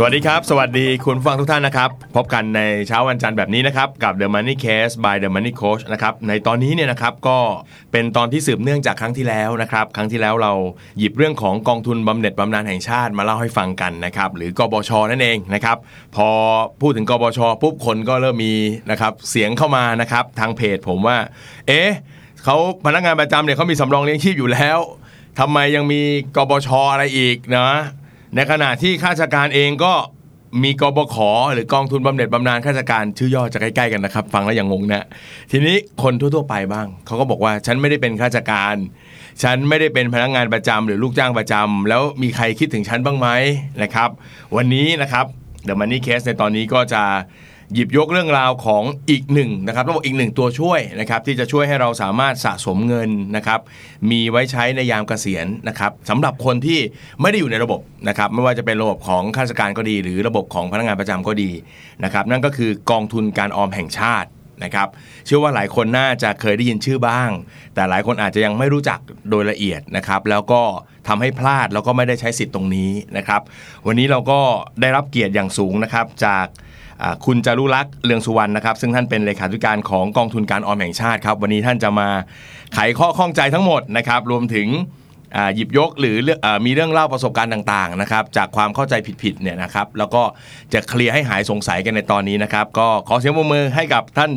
สวัสดีครับ สวัสดีคุณผู้ฟังทุกท่านนะครับ พบกันในเช้าวันจันทร์แบบนี้นะครับ กับ The Money Case by The Money Coach นะครับในตอนนี้เนี่ยนะครับก็เป็นตอนที่สืบเนื่องจากครั้งที่แล้วนะครับ ครั้งที่แล้วเราหยิบเรื่องของกองทุนบำเหน็จบำนาญแห่งชาติมาเล่าให้ฟังกันนะครับหรือกบชนั่นเองนะครับ พอพูดถึงกบชปุ๊บคนก็เริ่มมีนะครับเสียงเข้ามานะครับทางเพจผมว่า เอ๊ะเขาพนักงานประจำเนี่ยเขามีสำรองเลี้ยงชีพอยู่แล้วทำไมยังมีกบชอะไรอีกนะ ในขณะที่ข้าราชการเองก็มีกบขหรือกองทุนบำเหน็จบำนาญข้าราชการชื่อย่อจะใกล้ๆกันนะครับ ฟังแล้วอย่างงงนะทีนี้คนทั่วๆไปบ้างเขาก็บอกว่าฉันไม่ได้เป็นข้าราชการ ฉันไม่ได้เป็นพนักงานประจำหรือลูกจ้างประจำแล้วมีใครคิดถึงฉันบ้างไหมนะครับ วันนี้นะครับ The Money Case ในตอนนี้ก็จะหยิบยกเรื่องราวของอีกหนึ่งนะครับต้องบอกอีกหนึ่งตัวช่วยนะครับที่จะช่วยให้เราสามารถสะสมเงินนะครับมีไว้ใช้ในยามเกษียณนะครับสำหรับคนที่ไม่ได้อยู่ในระบบนะครับไม่ว่าจะเป็นระบบของข้าราชการก็ดี หรือระบบของพนักงานประจำก็ดีนะครับนั่นก็คือกองทุนการออมแห่งชาติ นะครับเชื่อว่าหลายคนน่าจะเคยได้ยินชื่อบ้าง แต่หลายคนอาจจะยังไม่รู้จักโดยละเอียดนะครับแล้วก็ทำให้พลาดแล้วก็ไม่ได้ใช้สิทธิ์ตรงนี้นะครับวันนี้เราก็ได้รับเกียรติอย่างสูงนะครับจากอ่าคุณจารุลักษณ์เลืองสุวรรณนะครับ ซึ่งท่านเป็นเลขาธิการของกองทุนการออมแห่งชาติครับวันนี้ท่านจะมาไขข้อข้องใจทั้งหมดนะครับรวมถึง อ่าหยิบยกหรือเลือกอามีเรื่องเล่าประสบการณ์ต่างๆนะครับจากความเข้าใจผิดๆเนี่ยนะครับแล้วก็จะเคลียร์ให้หายสงสัยกันในตอนนี้นะครับ ก็ขอเสียงปรบมือให้กับท่าน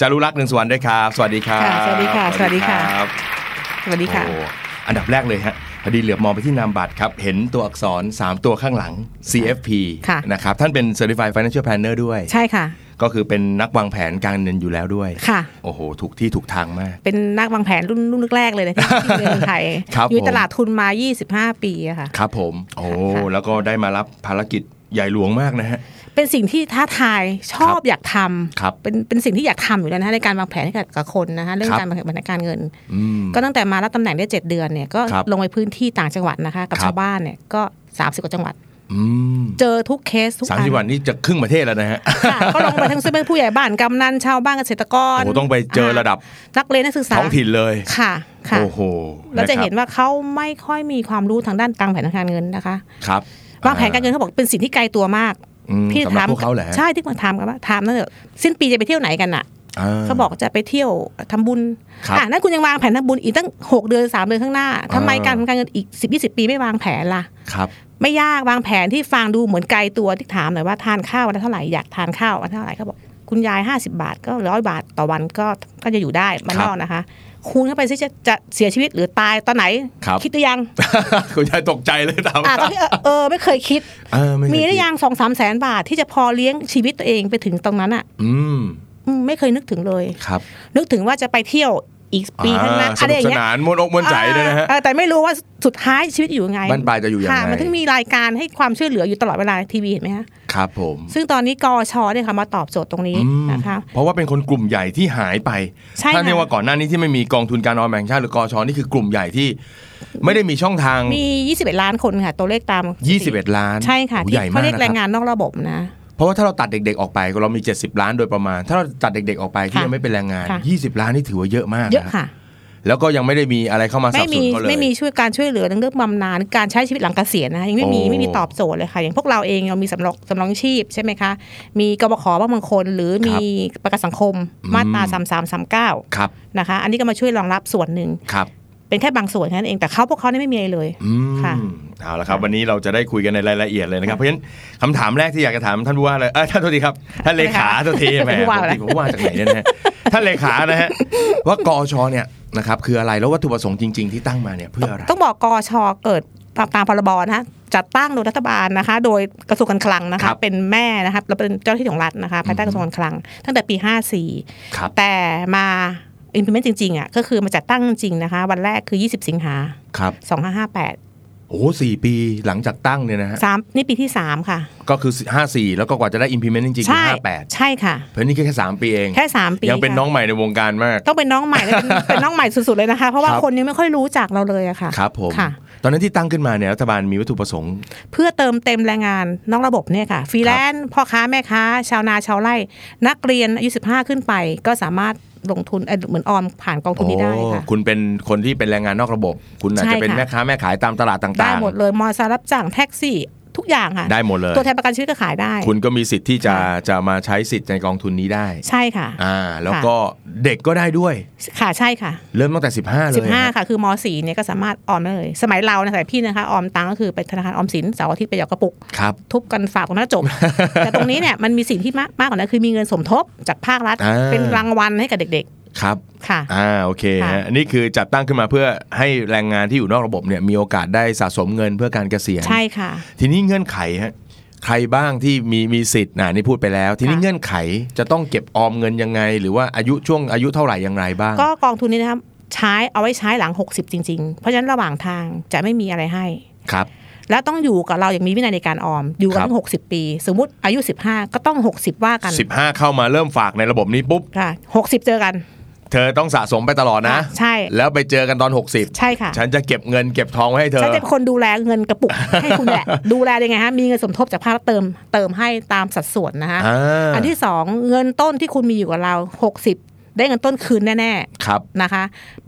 จารุลักษณ์เรืองสวรรณด้วยครับสวัสดีครับ ค่ะสวัสดีค่ะสวัสดีค่ะ รับ สวัสดีค่ะ โอ้อันดับแรกเลยฮะพอดีเหลือบมองไปที่นามบัตรครับ เห็นตัวอักษร 3 ตัวข้างหลัง CFP ค่ะ นะครับท่านเป็น Certified Financial Planner ด้วย ใช่ค่ะ ก็คือเป็นนักวางแผนการเงินอยู่แล้วด้วย ค่ะ โอ้โหถูกที่ถูกทางมาก เป็นนักวางแผนรุ่นรุ่นแรกๆเลยนะที่ที่เมืองไทย ครับ อยู่ใน ผม ตลาดทุนมา 25 ปีอะค่ะ ครับผม โอ้แล้วก็ได้มารับภารกิจใหญ่หลวงมากนะฮะ เป็นสิ่งที่ท้าทายชอบอยากทำ ครับ เป็นเป็นสิ่งที่อยากทำอยู่แล้วนะคะในการวางแผนให้กับกับคนนะคะเรื่อง ครับ การวางแผนการเงิน อืม ก็ตั้งแต่มารับตำแหน่งได้ 7 เดือนเนี่ยก็ ครับ ลงไปพื้นที่ต่างจังหวัดนะคะ กับ ครับ ชาวบ้านเนี่ยก็ 30 กว่าจังหวัด อืม เจอทุกเคสทุก สาม อั สิบวัน น นี่จะครึ่งประเทศแล้วนะฮะ ค่ะ ก็ลงไปทั้งซึ่งเป็นผู้ใหญ่บ้านกำนันชาวบ้านเกษตรกร โอ้โหต้องไปเจอระดับ นักเรียนนักศึกษา ท้องถิ่นเลย ค่ะค่ะ โอ้โห เราจะ คบ เห็นว่าเขาไม่ค่อยมีความรู้ทางด้านการแผนการเงินนะคะ ครับ วางแผนการเงินเขาบอกเป็นสิ่งที่ไกลตัวมาก อืม พี่ สำหรับพวกเขาแหละ ใช่ที่มาถามกันว่าถามนั่นเถอะสิ้นปีจะไปเที่ยวไหนกันอ่ะเขาบอกจะไปเที่ยวทำบุญ ครับ อ่ะนั่นคุณยังวางแผนทำบุญอีกตั้ง 6 เดือน 3 เดือนข้างหน้าทำไม อ่า การทำการเงินอีก 10 20 ปีไม่วางแผนล่ะ ครับ ไม่ยากวางแผนที่ฟังดูเหมือนไกลตัวที่ถามหน่อยว่าทานข้าววันละเท่าไหร่อยากทานข้าววันละเท่าไหร่เขาบอกคุณยาย 50 บาทก็ร้อยบาทต่อวันก็ก็จะอยู่ได้มัน ครับ นอกนะคะ คูณเข้าไปซิจะจะเสียชีวิตหรือตายตอนไหน ครับ ดหรือยัง คุณยายตกใจเลยตาม อ่าตอนที่เออเออไม่เคยคิด เออไเค มีหรือยังสองสามแสนบาทที่จะพอเลี้ยงชีวิตตัวเองไปถึงตรงนั้นอ่ะ อืม อืมไม่เคยนึกถึงเลย ครับ นึกถึงว่าจะไปเที่ยวอีกปีข้างหน้า อ่ส อะไร นุ อกสย่างเงี้ย นานมวนอกมวนใจด้วยนะฮะ เออแต่ไม่รู้ว่าสุดท้ายชีวิตอยู่ยังไง บ้านปลายจะอยู่ยังไง ค่มันถึงมีรายการให้ความช่วยเหลืออยู่ตลอดเวลาในทีวีเห็นไหมคะ ครับผม ซึ่งตอนนี้กอชอเนี่ยค่ะมาตอบโจทย์ตรงนี้ อืม นะคะ เพราะว่าเป็นคนกลุ่มใหญ่ที่หายไป ใช่ ถ้าเรียก ค่ะ ว่าก่อนหน้านี้ที่ไม่มีกองทุนการออมแห่งชาติหรือกอชนี่คือกลุ่มใหญ่ที่ ไม่ได้มีช่องทาง มี 21 ล้านคนค่ะ ตัวเลขตาม 21 ล้าน ใช่ค่ะ โอ้ ที่ ใหญ่มาก เขาเรียก นะค แร รับ งงานนอกระบบนะ เพราะว่าถ้าเราตัดเด็กๆออกไปเรามี 70 ล้านโดยประมาณ ถ้าเราตัดเด็กๆออกไปที่ ค่ะ ยังไม่เป็นแรงงาน ค่ะ 20 ล้านนี่ถือว่าเยอะมากน เยอะค่ะ แล้วก็ยังไม่ได้มีอะไรเข้ามาสนั ไม่ บส มี นุนเขาเลย ไม่มีช่วยการช่วยเหลือในเรื่องบำนาญการใช้ชีวิตหลังเกษียณนะคะยังไม่มี โอ้ ไม่มีตอบโจทย์เลยค่ะ อย่างพวกเราเองเรามีสำรองสำรองชีพใช่ไหมคะ มีกบขบางบางคน หรือมีประกันสังคมมาตราสามสามสามเก้า ครับ นะคะ อันนี้ก็มาช่วยรองรับส่วนหนึ่ง ครับ เป็นแค่บางส่วนแค่นั้นเองแต่เขาพวกเขาเนี่ยไม่มีอะไรเลย อืม ค่ะ เอาละครับ วันนี้เราจะได้คุยกันในรายละเอียดเลยนะครับ เพราะฉะนั้นคำถามแรกที่อยากจะถามท่านผู้ว่าเลยเออท่านโทษทีครับท่านเลขา ค่ะ โทษทีแหม ผู้ว่า โทษที แล้ว ผมว่าจากไหนเนี่ยนะฮะท่านเลขานะฮะว่ากอชเนี่ยนะครับคืออะไรแล้ววัตถุประสงค์จริง ๆ ที่ตั้งมาเนี่ยเพื่ออะไร ต้องบอกกอชอเกิดตามตามพรบนะฮะจัดตั้งโดยรัฐบาลนะคะ โดยกระทรวงการคลังคนะคะ รับ เป็นแม่นะคะแล้วเป็นเจ้าหน้าที่ของรัฐนะคะภายใต้กระทรวงการคลัง ตั้งแต่ปี ครับ 54 แต่มา implement จริงๆอ่ะก็คือมาจัดตั้งจริงๆนะคะ วันแรกคือ 20 สิงหา ครับ 2558 โอ้โหสี่ปีหลังจากตั้งเนี่ยนะฮะ สามนี่ปีที่สามค่ะ ก็คือห้าสี่แล้วก็กว่าจะได้ implement จริงๆคื ใช่ อห้าแปด ใช่ค่ะ เพราะนี่แค่สามปีเอง แค่สามปี ยังเป็น ค่ะ น้องใหม่ในวงการมาก ต้องเป็นน้องใหม่และเป็น เป็นน้องใหม่สุดๆเลยนะคะ เพราะว่า ครับ คนยังไม่ค่อยรู้จักเราเลยอะค่ะ ครับผม ค่ะ ตอนนั้นที่ตั้งขึ้นมาเนี่ยรัฐบาลมีวัตถุประสงค์ เพื่อเติมเต็มแรงงานนอกระบบเนี่ยค่ะฟรีแลนซ์พ่อค้าแม่ค้า ชาวนาชาวไร่ นักเรียนอายุ15 ขึ้นไป ก็สามารถลงทุนเอ่อเหมือนออมผ่านกองทุนนี้ได้ค่ะ คุณเป็นคนที่เป็นแรงงานนอกระบบ คุณอาจ ใช่ จะเป็น ค่ะ แม่ค้าแม่ขายตามตลาดต่างๆ ได้หมดเลยมอเตอร์ไซค์รับจ้างแท็กซี่ทุกอย่างค่ะ ได้หมดเลย ตัวแทนประกันชีวิตก็ขายได้ คุณก็มีสิทธิ์ที่จะ ค่ะ จะมาใช้สิทธิ์ในกองทุนนี้ได้ ใช่ค่ะ อ่าแล้วก็เด็กก็ได้ด้วย ค่ะใช่ค่ะ เริ่มตั้งแต่ 15 เลยนะ 15 ค่ะ คือม .4 เนี่ยก็สามารถออมได้เลย สมัยเรานะสมัยพี่นะคะ ออมตังค์ก็คือไปธนาคารออมสินเสาร์อาทิตย์ไปหยอกกระปุก ครับ ทุบกันฝากกันแล้ว จบ แต่ตรงนี้เนี่ยมันมีสิ่งที่มากมากกว่านั้นคือมีเงินสมทบจากภาครัฐ อ่า เป็นรางวัลให้กับเด็ก ครับ ๆ ค่ะ อ่าโอเค ค่ะ ฮะนี่คือจัดตั้งขึ้นมาเพื่อให้แรงงานที่อยู่นอกระบบเนี่ยมีโอกาสได้สะสมเงินเพื่อการเกษียณ ใช่ค่ะ ทีนี้เงื่อนไขฮะใครบ้างที่มีมีสิทธิ์น่ะนี่พูดไปแล้ว ทีนี้ ค่ะ เงื่อนไขจะต้องเก็บออมเงินยังไง หรือว่าอายุช่วงอายุเท่าไหร่อย่างไรบ้าง ก็กองทุนนี้นะครับใช้เอาไว้ใช้หลัง 60 จริง ๆ เพราะฉะนั้นระหว่างทางจะไม่มีอะไรให้ ครับ แล้วต้องอยู่กับเราอย่างมีวินัยในการออม อยู่กัน ครับ ถึง60 ปี สมมติอายุ 15 ก็ต้อง 60 ว่ากัน 15 เข้ามาเริ่มฝากในระบบนี้ปุ๊บ ค่ะ60 เจอกัน เธอต้องสะสมไปตลอดนะ ค่ะใช่ แล้วไปเจอกันตอน 60 ใช่ค่ะ ฉันจะเก็บเงินเก็บทองไว้ให้เธ ฉัน อ จะเป็นคนดูแลเงินกระปุก ให้คุณ แหละ ดูแลยังไงฮะ มีเงินสมทบจากภาครัฐเติมเติมให้ตามสัดส่วนนะฮะ อ่า นที่สองเงินต้นที่คุณมีอยู่กับเรา 60 ได้เงินต้นคืนแน่ ครับ ๆ นะคะ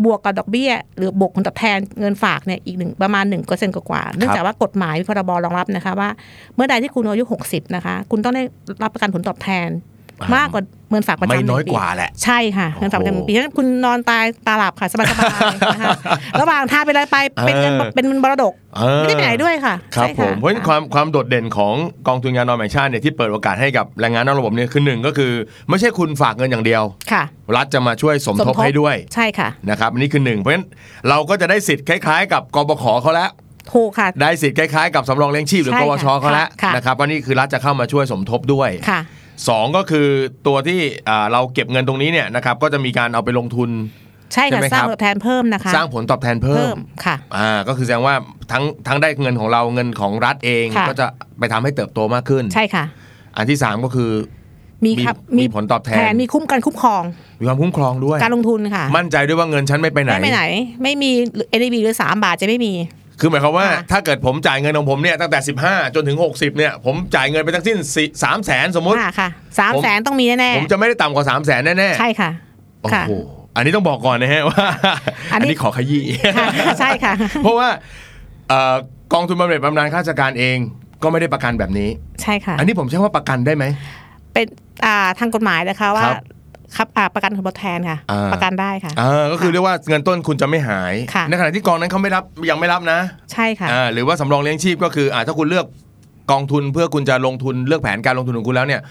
บวกกับดอกเบี้ย หรือบวกผลตอบแทนเงินฝากเนี่ยอีกหนึ่งประมาณ1%กกว่าๆเนื่องจากว่ากฎหมายมีพรบรองรับนะคะว่า เมื่อใดที่คุณอายุ 60 นะคะ คุณต้องได้รับประกันผลตอบแทน มากกว่าเงินฝากประจำ ไม่ หง น้อย ปี กว่าแหละ ใช่ค่ะเงินฝากประจำปีฉะนั้นคุณนอนตายตาหลับค่ะ สบายๆ นะคะระหว่างทางเป็นอะไรไปเป็นเงิน เออ เป็นมรดก เออ ไม่ได้ไปไหนด้วยค่ะ ครับ ใช่ ผมเพราะฉะนั้นความความโดดเด่นของกองทุนงานนอนแห่งชาติเนี่ยที่เปิดโอกาสให้กับแรงงานนอกระบบเนี่ยคือหนึ่งก็คือ ไม่ใช่คุณฝากเงินอย่างเดียว ค่ะ รัฐจะมาช่วยสมทบให้ด้วย ใช่ค่ะ นะครับอันนี่คือหนึ่งเพราะฉะนั้นเราก็จะได้สิทธิ์คล้ายๆ กับกบขเขาแล้ว ถูกค่ะ ได้สิทธิ์คล้ายๆกับสำรองเลี้ยงชีพหรือกใช่ค่ะ วชเขาแล้ว ค่ะ นะครับว่านี่คือรัฐจะเข้ามาช่วยสมทบด้วย ค่ะ สองก็คือตัวที่อ่าเราเก็บเงินตรงนี้เนี่ยนะครับก็จะมีการเอาไปลงทุน ใช่ค่ะ ใช่ไหม สร้าคงรับ ผลตอบแทนเพิ่มนะคะ สร้างผลตอบแทนเพิ่ เพิ่ ม มค่ะ อ่าก็คือแสดงว่าทั้งทั้งได้เงินของเราเงินของรัฐเอง ค่ะ ก็จะไปทำให้เติบโตมากขึ้น ใช่ค่ะ อันที่ 3 ก็คือ มีครับ มีผลตอบแทน มีคุ้มกันคุ้มครอง มีความคุ้มครองด้วย การลงทุนค่ะ มั่นใจด้วยว่าเงินฉันไม่ไปไหน ไม่ไปไหน ไม่มีเอ b หรือสามบาทจะไม่มี คือหมายความว่า ค่ะ ถ้าเกิดผมจ่ายเงินของผมเนี่ยตั้งแต่ 15 จนถึง 60เนี่ยผมจ่ายเงินไปทั้งสิ้นสามแสนสมมุติ ค่ะค่ะสาม ผม แสนต้องมีแน่ ผมจะไม่ได้ต่ำกว่า3 0 0แสนแน่ ๆใช่ค่ะ ๆโอ้ ค่ะ โหอันนี้ต้องบอกก่อนนะฮะว่า อั อั น น นี้ นี้ขอขยี้ ค่ะใช่ค่ะ เพราะว่าเอ่อกองทุนบำเหน็จบำนาญข้าราชการเองก็ไม่ได้ประกันแบบนี้ ใช่ค่ะ อันนี้ผมใช้ว่าประกันได้ไหม เป็นอ่าทางกฎหมายนะคะว่า ครับ ครับอ่าประกันผลตอบแทนค่ะ อ่า ประกันได้ค่ะ อ่าก็คือเรียกว่าเงินต้นคุณจะไม่หาย ค่ะ ในขณะที่กองนั้นเขาไม่รับยังไม่รับนะ ใช่ค่ะ อ่าหรือว่าสำรองเลี้ยงชีพก็คืออ่าถ้าคุณเลือกกองทุนเพื่อคุณจะลงทุนเลือกแผนการลงทุนของคุณแล้วเนี่ย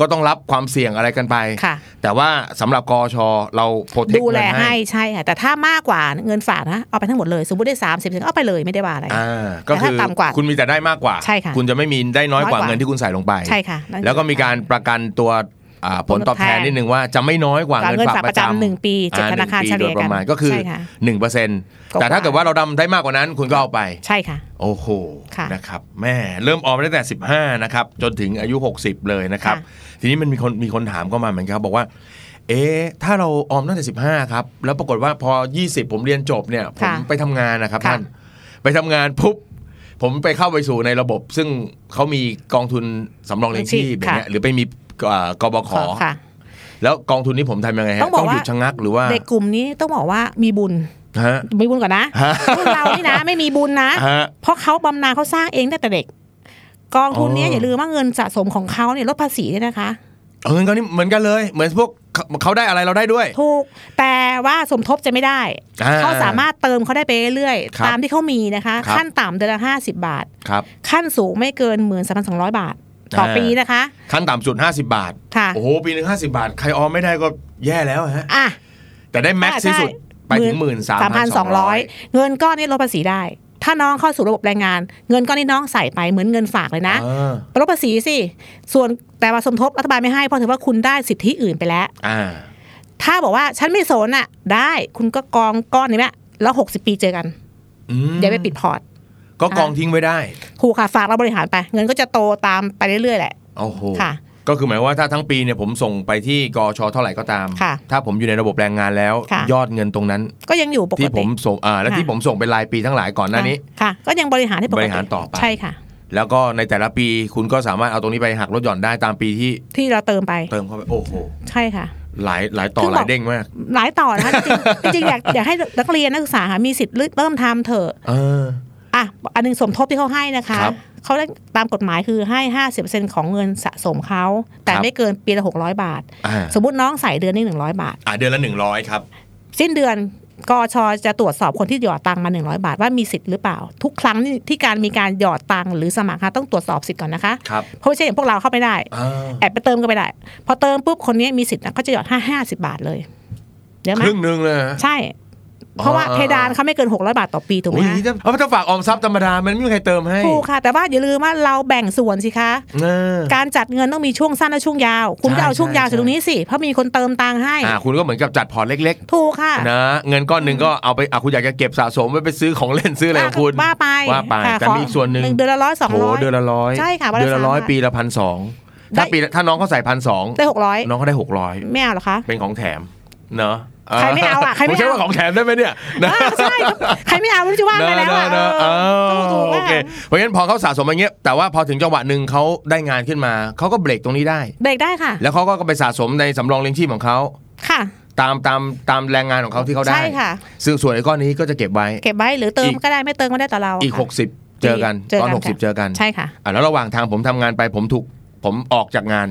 ก็ต้องรับความเสี่ยงอะไรกันไป ค่ะ แต่ว่าสำหรับกอชเราโปรเทค ดูแล เงิน ให้ ให้ ใช่ค่ะ แต่ถ้ามากกว่าเงินฝากนะเอาไปทั้งหมดเลย สมมติได้ 30มสิบเอาไปเลยไม่ได้ว่าอะไร อ่าก็ แต่ คื ถ้า อ ต่ำกว่า คุณมีแต่ได้มากกว่า ใช่ค่ะ คุณจะไม่มีได้น้อยกว่า น้อยกว่า เงินที่คุณใส่ลงไป ใช่ค่ะนั่นคือ แล้วก็มีการประกันตัวอ่าผลตอบแทน ผลตอบแทน นิดนึงว่าจะไม่น้อยกว่า ฝาก เงิน เงิน ฝา ฝากกป ประ ระจำ จำหนึ่งปีจาก อ่ ธนาคาร หงปี เฉลี่ย โด กัน ประมาณก็คือ ใช่ค่ะ หนึ่งเปอร์เซ็นต์ ก็ แต่ถ้า ว่า เกิดว่าเราดำได้มากกว่านั้นคุณก็เอาไป ใช่ค่ะ โอ้โห ค่ะ นะครับแม่เริ่มออมตั้งแต่ 15 นะครับ จนถึงอายุ 60 เลยนะครับ ทีนี้มันมีคนมีคนถามเข้ามาเหมือนกันครับบอกว่า เอ๊ะถ้าเราออมตั้งแต่ 15 ครับ แล้วปรากฏว่าพอ 20 ผมเรียนจบเนี่ย ผม ค่ะ ไปทำงานนะครับ ค่ะ ท่านไปทำงานปุ๊บผมไปเข้าไปสู่ในระบบ ซึ่งเขามีกองทุนสำรองเลี้ยงชีพอย่างเงี้ยหรือไปมีอ่ากบข ค่ะ แล้วกองทุนนี้ผมทำยังไงฮะ ต้องบอก หยุด ว่า ชะงักหรือว่า เด็กกลุ่มนี้ต้องบอกว่ามีบุญ ฮะ มีบุญก่อนนะ ฮะ พวกเรานี่นะ ไม่มีบุญนะ ฮะ เพราะเขาบำนาญเขาสร้างเองตั้งแต่เด็ก กองทุนเนี้ย อ๋อ อ อ ย่าลืมว่าเงินสะสมของเขาเนี่ยลดภาษีด้วยนะคะ เอาเงินเขานี่เหมือนกันเลยเหมือนพวกเขาเขาได้อะไรเราได้ด้วย ถูกแต่ว่าสมทบจะไม่ได้ อ่า เขาสามารถเติมเขาได้ไปเรื่อย ครับ ๆตามที่เขามีนะคะ ครับ ขั้นต่ำเดือนละห้าสิบบาท ครับ ขั้นสูงไม่เกินหมื่นสามพันสองร้อยบาท ต่อ อ่า ปีนะคะ ขั้นต่ำสุด 50 บาท ค่ะ โอ้โห ปีหนึ่ง50 บาท ใครออมไม่ได้ก็แย่แล้วฮะ อ่ะ แต่ได้แม็กซ์ที่สุด ไปถึงหมื่นสามพันสองร้อย 13,200 เงินก้อนนี้ลดภาษีได้ ถ้าน้องเข้าสู่ระบบแรงงาน เงินก้อนนี้น้องใส่ไปเหมือนเงินฝากเลยนะลดภาษีสิส่วนแต่ว่าสมทบรัฐบาลไม่ให้เพราะถือว่าคุณได้สิทธิอื่นไปแล้ว อ่า ถ้าบอกว่าฉันไม่สนอ่ะได้คุณก็กองก้อนนี้แหละแล้วหกสิบปีเจอกัน อืม อย่าไปปิดพอร์ต ก็กองทิ้งไว้ได้ ถูกค่ะฝากเราบริหารไป เงินก็จะโตตามไปเรื่อยๆแหละ โอ้โห ค่ะ ก็คือหมายว่าถ้าทั้งปีเนี่ยผมส่งไปที่กอชเท่าไหร่ก็ตาม ค่ะ ถ้าผมอยู่ในระบบแรงงานแล้ว ค่ะ ยอดเงินตรงนั้น ก็ยังอยู่ปก ที่ผ ติ มส่งอ่าและ ค่ะ ที่ผมส่งเป็นรายปีทั้งหลายก่อนหน้านี้ ค่ะ ก็ยังบริหารให้ปกติ บริหารต่อไป ใช่ค่ะ แล้วก็ในแต่ละปีคุณก็สามารถเอาตรงนี้ไปหักลดหย่อนได้ตามปีที่ ที่เราเติมไป เติมเข้าไป โอ้โห ใช่ค่ะ หลายหลายต่อ คือ ห บอก ลายเด้งมาก หลายต่อนะคะจริงๆจริงๆอยากอยากให้นักเรียนนักศึกษาค่ะมีสิทธิ์เริ่มทำเถอะ เออ อ่ะอันหนึงสมทบที่เขาให้นะคะ ครับ เขาได้ตามกฎหมายคือให้ 50%ของเงินสะสมเขาแต่ ครับ ไม่เกินปีละ600 บาท อ่า สมมติน้องใส่เดือนนี้100 บาท อ่าเดือนละหนึ่งร้อยครับ สิ้นเดือนกอชจะตรวจสอบคนที่หยอดตังค์มา 100 บาทว่ามีสิทธิ์หรือเปล่า ทุกครั้งที่การมีการหยอดตังค์หรือสมัครค่ะต้องตรวจสอบสิทธิ์ก่อนนะคะ ครับ เพราะไม่ใช่อย่างพวกเราเข้าไม่ได้ อ่า แอบไปเติมก็ไม่ได้ พอเติมปุ๊บคนนี้มีสิทธิ์นะเขาจะหยอดห้าห้าสิบาทเลยเดี๋ยวไหม ครึ่งหนึ่งเลยฮะ ใช่ เพราะว่า อ่า เพดานเขาไม่เกินหกร้อยบาทต่อปีถูกไหม โอ้ย คะ ถ้าเอาถ้าฝากออมทรัพย์ธรรมดา มันไม่มีใครเติมให้ ถูกค่ะ แต่ว่าอย่าลืมว่าเราแบ่งส่วนสิคะ เออ การจัดเงินต้องมีช่วงสั้นและช่วงยาว คุณ ใช่ ก็เอาช่วงยาว ใช่ จากตรงนี้สิ เพราะมีคนเติมตังค์ให้ อ่าคุณก็เหมือนกับจัดพอร์ตเล็ก ถูกค่ะ ๆ นะ เงินก้อนหนึ่งก็เอาไปอ่ะคุณอยากจะเก็บสะสมไว้ไปซื้อของเล่นซื้ออะไรของคุณ ว่าไป ว่าไป ค่ะ แต่มีอีกส่วนหนึ่ง เดือนละร้อยสอง โห ร้อย เดือนละร้อย ใช่ค่ะวันละ เดือนละร้อย 300 ปีละพันสองถ้า ได้ ปีละถ้าน้องเขาใส่พันสอง ได้หกร้อย น้องเขาได้หกร้อย ไม่เอาเหรอคะ เป็นของแถมเนอะ ใครไม่เอาอ่ะใครไม่ ผมใช้ เอา ว่าของแถมได้ไหมเนี่ยนะ อ้าวใช่ใครไม่เอาไม่รู้จะว่าไงแล้วอ่ะ เนอะ เอ เนอะ อ เออ ถูกๆ โอ ว่า เคเพราะงั้นพอเขาสะสมอย่างเงี้ยแต่ว่าพอถึงจังหวะหนึ่งเขาได้งานขึ้นมาเขาก็เบรกตรงนี้ได้ เบรกได้ค่ะ แล้วเขาก็ไปสะสมในสำรองเลี้ยงชีพของเขา ค่ะ ตามตามตามแรงงานของเขาที่เขาได้ ใช่ค่ะ ซึ่งส่วนไอ้ก้อนนี้ก็จะเก็บไว้ เก็บไว้หรือเติ อี ม ก ก็ได้ไม่เติมก็ได้ต่อเรา อีก ค่ะ 60 เจอกัน เจอ ต กั อน น ค่ะ 60 เจอกัน ใช่ค่ะ อ่ะแล้วระหว่างทางผมทำงานไปผมถูกผมออกจากงาน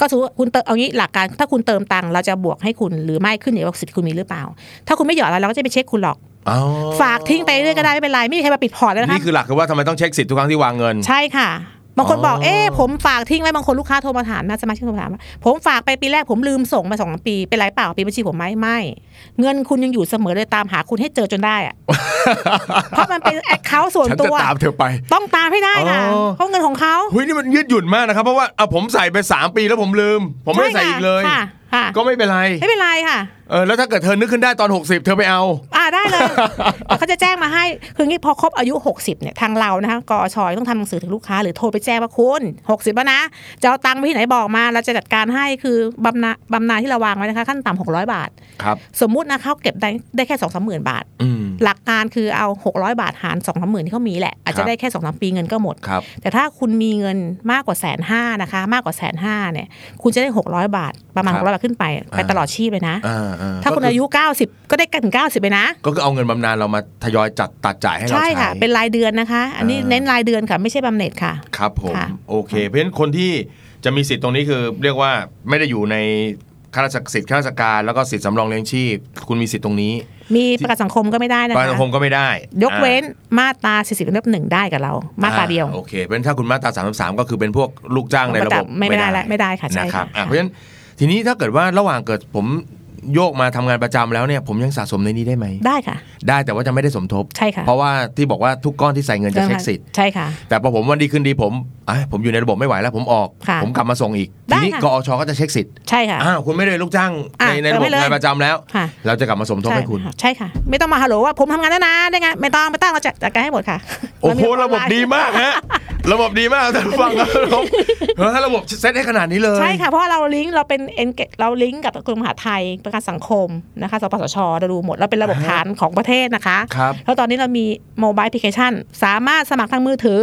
ก็ถือว่าคุณเติมเอางี้หลักการถ้าคุณเติมตังค์เราจะบวกให้คุณหรือไม่ขึ้นอยู่กับสิทธิ์คุณมีหรือเปล่า ถ้าคุณไม่หยอดอะไรเราก็จะไปเช็คคุณหรอก อ๋อ ฝากทิ้งไปเรื่อยก็ได้ไม่เป็นไรไม่มีใครมาปิดพอร์ตเลยนะคะ นี่คือหลักคือว่าทำไมต้องเช็คสิทธิ์ทุกครั้งที่วางเงิน ใช่ค่ะ บางคนบอก อ๋อ เอ๊ะผมฝากทิ้งไว้บางคนลูกค้าโทรมาถามนะสมาชิกโทรมาถามว่าผมฝากไปปีแรกผมลืมส่งมาสองปีเป็นไรเปล่าปีบัญชีผมไหมไม่เงินคุณยังอยู่เสมอเลยตามหาคุณให้เจอจนได้อะ เพราะมันเป็นแอคเคาท์ส่วน ฉัน ตั จะ ว ตามเธอไป ต้องตามให้ได้ค่ะ อ๋อ เพราะเงินของเขา เฮ้ยนี่มันยืดหยุ่นมากนะครับ เพราะว่าเอาผมใส่ไป 3 ปีแล้วผมลืม ผมไม่ได้ใส่อีกเลย ค่ะค่ะ ก็ไม่เป็นไร ไม่เป็นไรค่ะ เออแล้วถ้าเกิดเธอนึกขึ้นได้ตอน 60 เธอไปเอา อ่าได้เลย เดี๋ยวเขาจะแจ้งมาให้คืองี้พอครบอายุ 60เนี่ยทางเรานะคะกอชอยต้องทำหนังสือถึงลูกค้าหรือโทรไปแจ้งว่าคุณ 60แล้วนะจะเอาตังค์ไปที่ไหนบอกมาเราจะจัดการให้คือบำนาบำนาญที่เราวางไว้นะคะ ขั้นต่ำ600 บาท ครับ สมมุตินะเขาเก็บได้ได้แค่2องสามหมื่นบาท อืม หลักการคือเอา 600 บาทหาร2องสามหมื่นที่เขามีแหละ อาจ ครั จะ บ ได้แค่2องสามปีเงินก็หมด ครับ แต่ถ้าคุณมีเงินมากกว่าแสนห้านะคะ มากกว่าแสนห้าเนี่ยคุณจะได้ 600 บาทประมาณ ค ห รับ กร้อยบาทขึ้นไปไป อ่า ตลอดชีพเลยนะ อ่าอ่ ถ้าคุณอายุ 90 ก็ได้ถึง90ไปนะ ก็คือเอาเงินบำนาญเรามาทยอยจัดตัดจ่ายให้เราใช้ ใช่ค่ะ เป็นรายเดือนนะคะ อันนี้ อ่า เน้นรายเดือนค่ะ ไม่ใช่บำเหน็จค่ะ ครับผม ค่ะ โอเค เพราะฉะนั้นคนที่จะมีสิทธิ์ตรงนี้คือเรียกว่าไม่ได้อยู่ในข้าราชการสิทธิ์ข้าราชการแล้วก็สิทธิ์สำรองเลี้ยงชีพ คุณมีสิทธิ์ตรงนี้ มีประกันสังคมก็ไม่ได้นะ ประกัน คะ สังคมก็ไม่ได้ ยกเว้น อ่ มาตรา40ลบหนึ่งได้กับเรา มาตราเดียว อ่โอเคเพราะฉะนั้นถ้าคุณมาตรา33 ก็คือเป็นพวกลูกจ้างในระบบ ไม่ได้ละไม่ได้ค่ะใช่ นครับ ค่ะ อ่ะเพราะฉะนั้นทีนี้ถ้าเกิดว่าระหว่างเกิดผมโยกมาทำงานประจำแล้วเนี่ยผมยังสะสมในนี้ได้ไหม ได้ค่ะ ได้แต่ว่าจะไม่ได้สมทบ ใช่ค่ะ เพราะว่าที่บอกว่าทุกก้อนที่ใส่เงินจะเช็คสิทธิ ใช่ค่ะ แต่พอผมวันดีคืนดีผมอ่ะผมอยู่ในระบบไม่ไหวแล้วผมออก ค่ะ ผมกลับมาส่งอีกทีได้นี้ ค่ะ กอชก็จะเช็คสิทธิ์ ใช่ค่ะ อ้าวคุณไม่ได้ลูกจ้าง อ่ะ ในในระบบ เติมให้เลงายนประจำแล้ว ค่ะ เราจะกลับมาสมทบ ใช่ ให้คุณ ค่ะใช่ค่ะ ไม่ต้องมาฮัลโหลว่าผมทำงานแล้วนะได้ไงไม่ต้องไม่ต้องเราจัดจัดการให้หมดค่ะ โอ้โห เามี ระบบดีมากฮะ ระบบดีมากท่านผู้ฟังครับเออระบบเซตให้ขนาดนี้เลย ใช่ค่ะ เพราะว่าเราลิงก์เราเป็น engage เราลิงก์กับกรมมหาดไทยประกันสังคมนะคะสปสชเราดูหมดเราเป็นระบบฐานของประเทศนะคะ ครับ แล้วตอนนี้เรามีโมบายแอปพลิเคชันสามารถสมัครทางมือถือ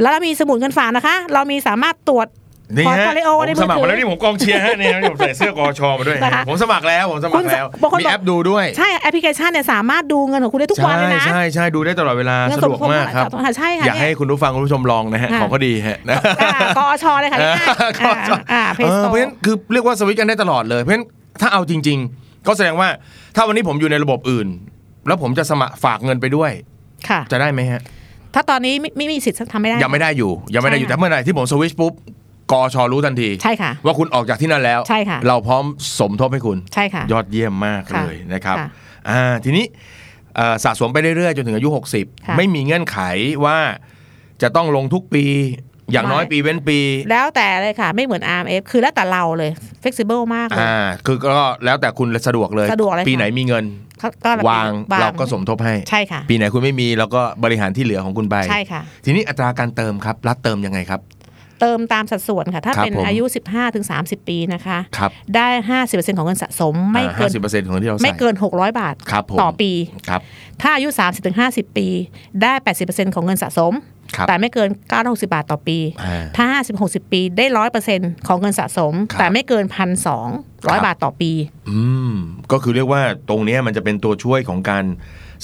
แล้วเรามีสมุดเงินฝากนะคะ เรามีสามารถตรวจ นี่ ขอ ฮะ ทาเลโอ ผม ในมือ สมัคร ถือ มาแล้วนี่ผมกองเชียร์ฮะเนี่ย ผมใส่เสื้อกอชมาด้วยฮะ นะคะ ผมสมัครแล้วผมสมัครแล้ว คุณสบางคน มี บอก แอปดูด้วย ใช่แอปพลิเคชันเนี่ยสามารถดูเงินของคุณได้ทุกวันเลยนะ ใช่ใช่ดูได้ตลอดเวลา เงิ สะดวกมากครับ สะดวกมากใช่ค่ะ อยากให้ เนี่ คุณผู้ฟังคุณผู้ชมลองนะฮะ ค่ะ ของก็ดีฮะนะ อ่ากอชเลยค่ะ เออยง่ากอช อ่าเพ เอ ส อ โต เพราะฉะนั้นคือเรียกว่าสวิตช์กันได้ตลอดเลยเพราะฉะนั้นถ้าเอาจริง ๆ ก็แสดงว่าถ้าวันนี้ผมอยู่ในระบบอื่น แล้วผมจะสมัครฝากเงินไปด้วย ค่ะ จะได้ไหมฮะ ถ้าตอนนี้ไม่ไม่มีสิทธิ์ทำไม่ได้ ยังไม่ได้อยู่ ยังไม่ได้อยู่ ใช่ แต่ ค่ะ เมื่อไหร่ที่ผมสวิตช์ปุ๊บกอชอรู้ทันที ใช่ค่ะ ว่าคุณออกจากที่นั่นแล้ว ใช่ค่ะ เราพร้อมสมทบให้คุณ ใช่ค่ะ ยอดเยี่ยมมาก ค่ะ เลยนะครับ ค่ะ อ่าทีนี้เอ่อสะสมไปเรื่อยๆ จนถึงอายุ 60 ค่ะ ไม่มีเงื่อนไขว่าจะต้องลงทุกปี อย่างน้อยปีเว้นปี แล้วแต่เลยค่ะ ไม่เหมือน RMF คือแล้วแต่เราเลย flexible มากเลย อ่า คือก็แล้วแต่คุณสะดวกเลย สะดวกเลย ปี ค่ะ ไหนมีเงิน ก็ก็ วางเราก็สมทบให้ ใช่ค่ะ ปีไหนคุณไม่มีเราก็บริหารที่เหลือของคุณไป ใช่ค่ะ ทีนี้อัตราการเติมครับ รัฐเติมยังไงครับ เติมตามสัดส่วนค่ะ ถ้า ครับ เป็น ผม อายุ 15ถึง30 ปีนะคะ ครับ ได้ 50%ของเงินสะสมไม่เกิ ห้าน สิบเปอร์เซ็นต์ของที่เราใส่ ไม่เกิน 600 บาท ครับผม ต่อปี ครับ ถ้าอายุ 30ถึง50 ปี ได้ 80%ของเงินสะสม ครับ แต่ไม่เกิน9 60 บาทต่อปี อ่า ถ้า 50 60 ปีได้ 100%ของเงินสะสม ครับ แต่ไม่เกิน 1,200 ครับ บาทต่อปี อืมก็คือเรียกว่าตรงเนี้ยมันจะเป็นตัวช่วยของการ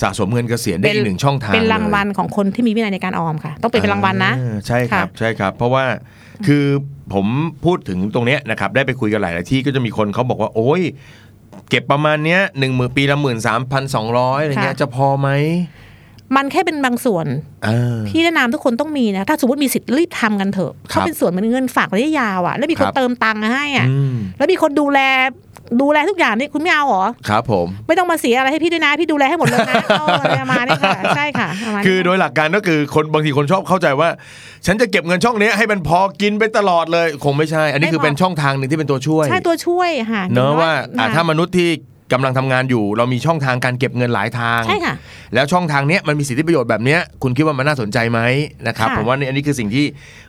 สะสมเงินเกษียณได้ เป็ อี น กหนึ่งช่องทาง เป็นรางวัล เย ของคนที่มีวินัยในการออมค่ะ ต้องเป็นเป็นรางวัลนะ อ่าใช่ครับ ค่ะ ใช่ครับ เพราะว่าคือผมพูดถึงตรงเนี้ยนะครับได้ไปคุยกันหลายๆที่ก็จะมีคนเขาบอกว่าโอ้ยเก็บประมาณเนี้ยหนึ่งหมื่นปีละหมื่นสามพันสองร้อยอะไรเงี้ยจะพอไหม มันแค่เป็นบางส่วน อ่า พี่แนะนำทุกคนต้องมีนะ ถ้าสมมติมีสิทธิ์รีบทำกันเถอะ ครั เขา บ เป็นส่วนเหมือนเงินฝากระยะยาวอะแล้วมีค คน รับ เติมตังค์ให้อะ อืม แล้วมีคนดูแลดูแลทุกอย่างนี่คุณไม่เอาเหรอ ครับผม ไม่ต้องมาเสียอะไรให้พี่ด้วยนะ พี่ดูแลให้หมดเลย นะเอาอะไรประมาณนี้ค่ะ ใช่ค่ะประมาณนี้ คือโดยหลักการก็คือคนบางทีคนชอบเข้าใจว่า ฉันจะเก็บเงินช่องเนี้ยให้มันพอกินไปตลอดเลย คงไม่ใช่ อันนี้คือเป็นช่องทางหนึ่งที่เป็นตัวช่วย ใช่ตัวช่วยค่ะ เนอะว่าอ่ะ ค่ะ ถ้ามนุษย์ที่กำลังทำงานอยู่ เรามีช่องทางการเก็บเงินหลายทาง ใช่ค่ะ แล้วช่องทางเนี้ยมันมีสิทธิประโยชน์แบบเนี้ยคุณคิดว่ามันน่าสนใจไหมนะครับ ค่ะ ผมว่านี่อันนี้คือสิ่งที่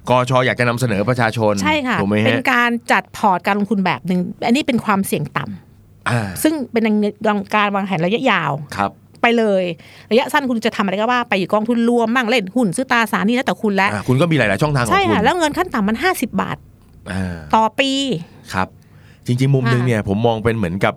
กชอยากจะนำเสนอประชาชน ใช่ค่ะ ถูกไหม เป็น ฮะ การจัดพอร์ตการลงทุนแบบหนึ่งอันนี้เป็นความเสี่ยงต่ำ อ่า ซึ่งเป็นการวางแผนระยะยาว ครับ ไปเลย ระยะสั้นคุณจะทำอะไรก็ว่าไปอยู่กองทุนรวมบ้างเล่นหุ้นซื้อตราสารหนี่แล้วแต่คุณแล้ว อ่าคุณก็มีหลาย ๆ ช่องทางของ ใช่ คุณ ค่ะ แล้วเงินขั้นต่ำมัน 50 บาท อ่า ต่อปี ครับ จริง ๆ มุมหนึ่ง ค่ะ เนี่ยผมมองเป็นเหมือนกับ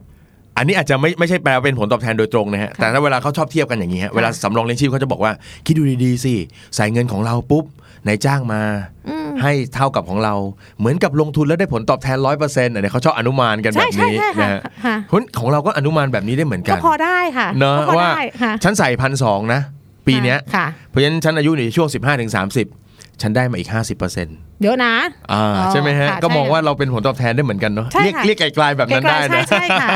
อันนี้อาจจะไม่ไม่ใช่แปลว่าเป็นผลตอบแทนโดยตรงนะฮะแต่ถ้าเวลาเขาชอบเทียบกันอย่างนี้ฮะเวลาสำรองเลี้ยงชีพเขาจะบอกว่าคิดดูดีๆสิใส่เงินของเราปุ๊บนายจ้างมา อืม ให้เท่ากับของเรา เหมือนกับลงทุนแล้วได้ผลตอบแทนร้อยเปอร์เซ็นต์อันนี้เขาชอบอนุมานกัน ใช่ แบบนี้ ใช่ใช่ค่ะ นะฮะ ค่ะ หุ้นของเราก็อนุมานแบบนี้ได้เหมือนกั ก็ น พอได้ค่ะ เนอะ ก็พอ ว่า ได้ค่ะ ฉันใส่พันสองนะปีเนี้ย ค่ะ เพราะฉะนั้นฉันอายุอยู่ในช่วง 15-30 ฉันได้มาอีก 50% เดี๋ยวนะ อ่า อ๋อ ใช่ไหมฮะ ค่ะ ก็มอง ใช่ ว่าเราเป็นผลตอบแทนได้เหมือนกันเนาะ ใช่ เรียก ค่ะ เรียกไกลๆแบบนั้นได้ ใกล้ นะ ๆใช่ใช่ค่ะ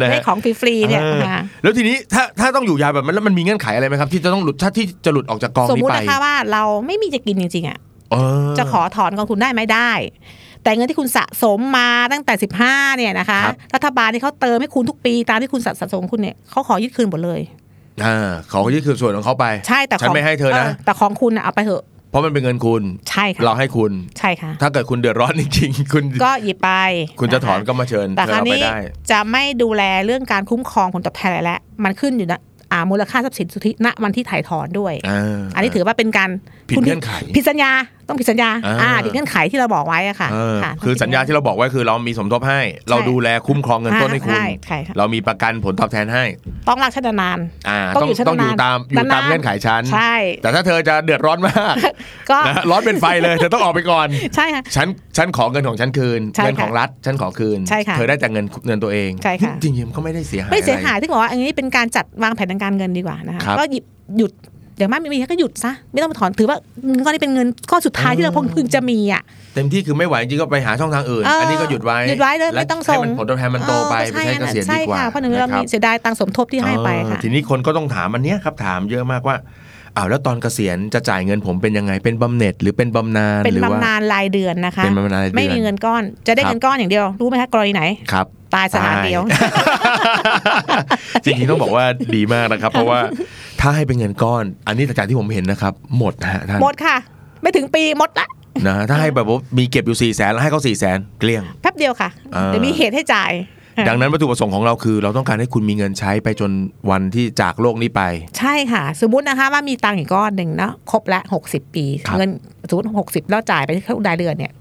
นะฮะ ได้ของฟรีๆเนี่ย ออ ค่ะ แล้วทีนี้ถ้าถ้าต้องอยู่ยาวแบบนั้นแล้วมันมีเงื่อนไขอะไรไหมครับ ที่จะต้องหลุดถ้าที่จะหลุดออกจากกอง สม นี้ มุติ ไป นะคะว่าเราไม่มีจะกินจริงๆอ่ะ เออ จะขอถอนกองทุนได้ไหมได้ แต่เงินที่คุณสะสมมาตั้งแต่ 15เนี่ยนะคะ ครับ รัฐบาลที่เขาเติมให้คุณทุกปีตามที่คุณสะสมคุณเนี่ยเขาขอยึดคืนหมดเลย อ่าขอยึดคืนส่วนของเขาไป ใช่แต่ ฉัน ของ ไม่ให้เธอนะ แต่ของคุณน่ะเอาไปเถอะ เพราะมันเป็นเงินคุณ ใช่ค่ะ เราให้คุณ ใช่ค่ะ ถ้าเกิดคุณเดือดร้อนจริงๆคุณ ก็หยิบไป คุณจะถอน ค ก็มาเชิญ แต่ เธ ค อ ราว เอาไป นี้ ได้ จะไม่ดูแลเรื่องการคุ้มครองผลตอบแทนอะไรแล้วมันขึ้นอยู่นะอ่ามูลค่าทรัพย์สินสุทธิณวันที่ถ่ายถอนด้วย อ่า อันนี้ถือว่าเป็นการ ผิด คุณ เงื่อนไข ผิดสัญญาต้องผิดสัญญา อ่า อ่าผิดเงื่อนไขที่เราบอกไว้อะค่ะ เออ ค่ะต้ง คือ ผิด สัญญาที่เราบอกไว้คือเรามีสมทบให้ เราดูแลคุ้มครองเงินต้นให้คุณ ใช่ใช่ค่ะ เรามีประกันผลตอบแทนให้ ต้องรักชนนาน อ่า ต้ ต้อ องงอยู่ชั้น ต้องอยู่ นานๆ ตามอยู่ตาม นานๆ เงื่อนไขชั้น ใช่ แต่ถ้าเธอจะเดือดร้อนมาก ก็ นะร้อนเป็นไฟเลยเธอต้องออกไปก่อน ใช่ค่ะ ฉันฉันขอเงินของฉันคืน ใช่ค่ะ เงินของรัฐฉันขอคืน ใช่ค่ะ เธอได้แต่เงินเงินตัวเอง ใช่ค่ะ จริงๆมันก็ไม่ได้เสียหาย ไม่เสียหาย อะ ที่บอกว่า อันนี้เป็นการจัดวางแผนทางการเงินดีกว่านะคะ ครับ ก็หยิบหยุดอย่างมากมีแค่ก็หยุดซะไม่ต้องมาถอนถือว่าเงินก้อนนี้เป็นเงินก้อนสุดท้ายที่เราเพิ่งจะมีอ่ะ ไรเต็มที่คือไม่ไหวจริงๆก็ไปหาช่องทางอื่น เอออั อันนี้ก็หยุดไว้ หยุดไว้เลยไม่ต้องส่ให้งมันผลตอบแทนมันโตไป เออ ไปใช้เกษียณ ใช่ ดีกว่า ค่ะเพราะหนึ่งเรามี ะคบ เสียดายตังค์สมทบที่ให้ไปค่ะ เออทีนี้คนก็ต้องถามอันเนี้ยครับถามเยอะมากว่าอ้าวแล้วตอนเกษียณจะจ่ายเงินผมเป็นยังไงเป็นบำเหน็จหรือเป็นบำนาญ เป็น หรือว่า บำนาญรายเดือนนะคะ เป็นบำนาญรายเดือน ไม่มีเงินก้อน จะได้ ครับ เงินก้อนอย่างเดียว รู้ไหมคะกรณีไหน ครับ ตายสถานเดียว ตายจริงๆต้องบอกว่าดีมากนะครับ เพราะว่าถ้าให้เป็นเงินก้อน อันนี้จากที่ผมเห็นนะครับ หมดนะฮะท่าน หมดค่ะ ไม่ถึงปีหมดละ นะฮะถ้าให้แบบว่ามีเก็บอยู่4ี่แสนแล้วให้เขาสี่แสนเกลี้ยง แป๊บเดียวค่ะ อ่า เดี๋ยวมีเหตุให้จ่าย ดังนั้นวัตถุประสงค์ของเราคือ เราต้องการให้คุณมีเงินใช้ไปจนวันที่จากโลกนี้ไป ใช่ค่ะ สมมตินะคะว่ามีตังค์อีกก้อนหนึ่งเนาะครบละ60 ปี ครับ เงินสมมติ60 แล้วจ่ายไปทุกรายเดือนเนี่ย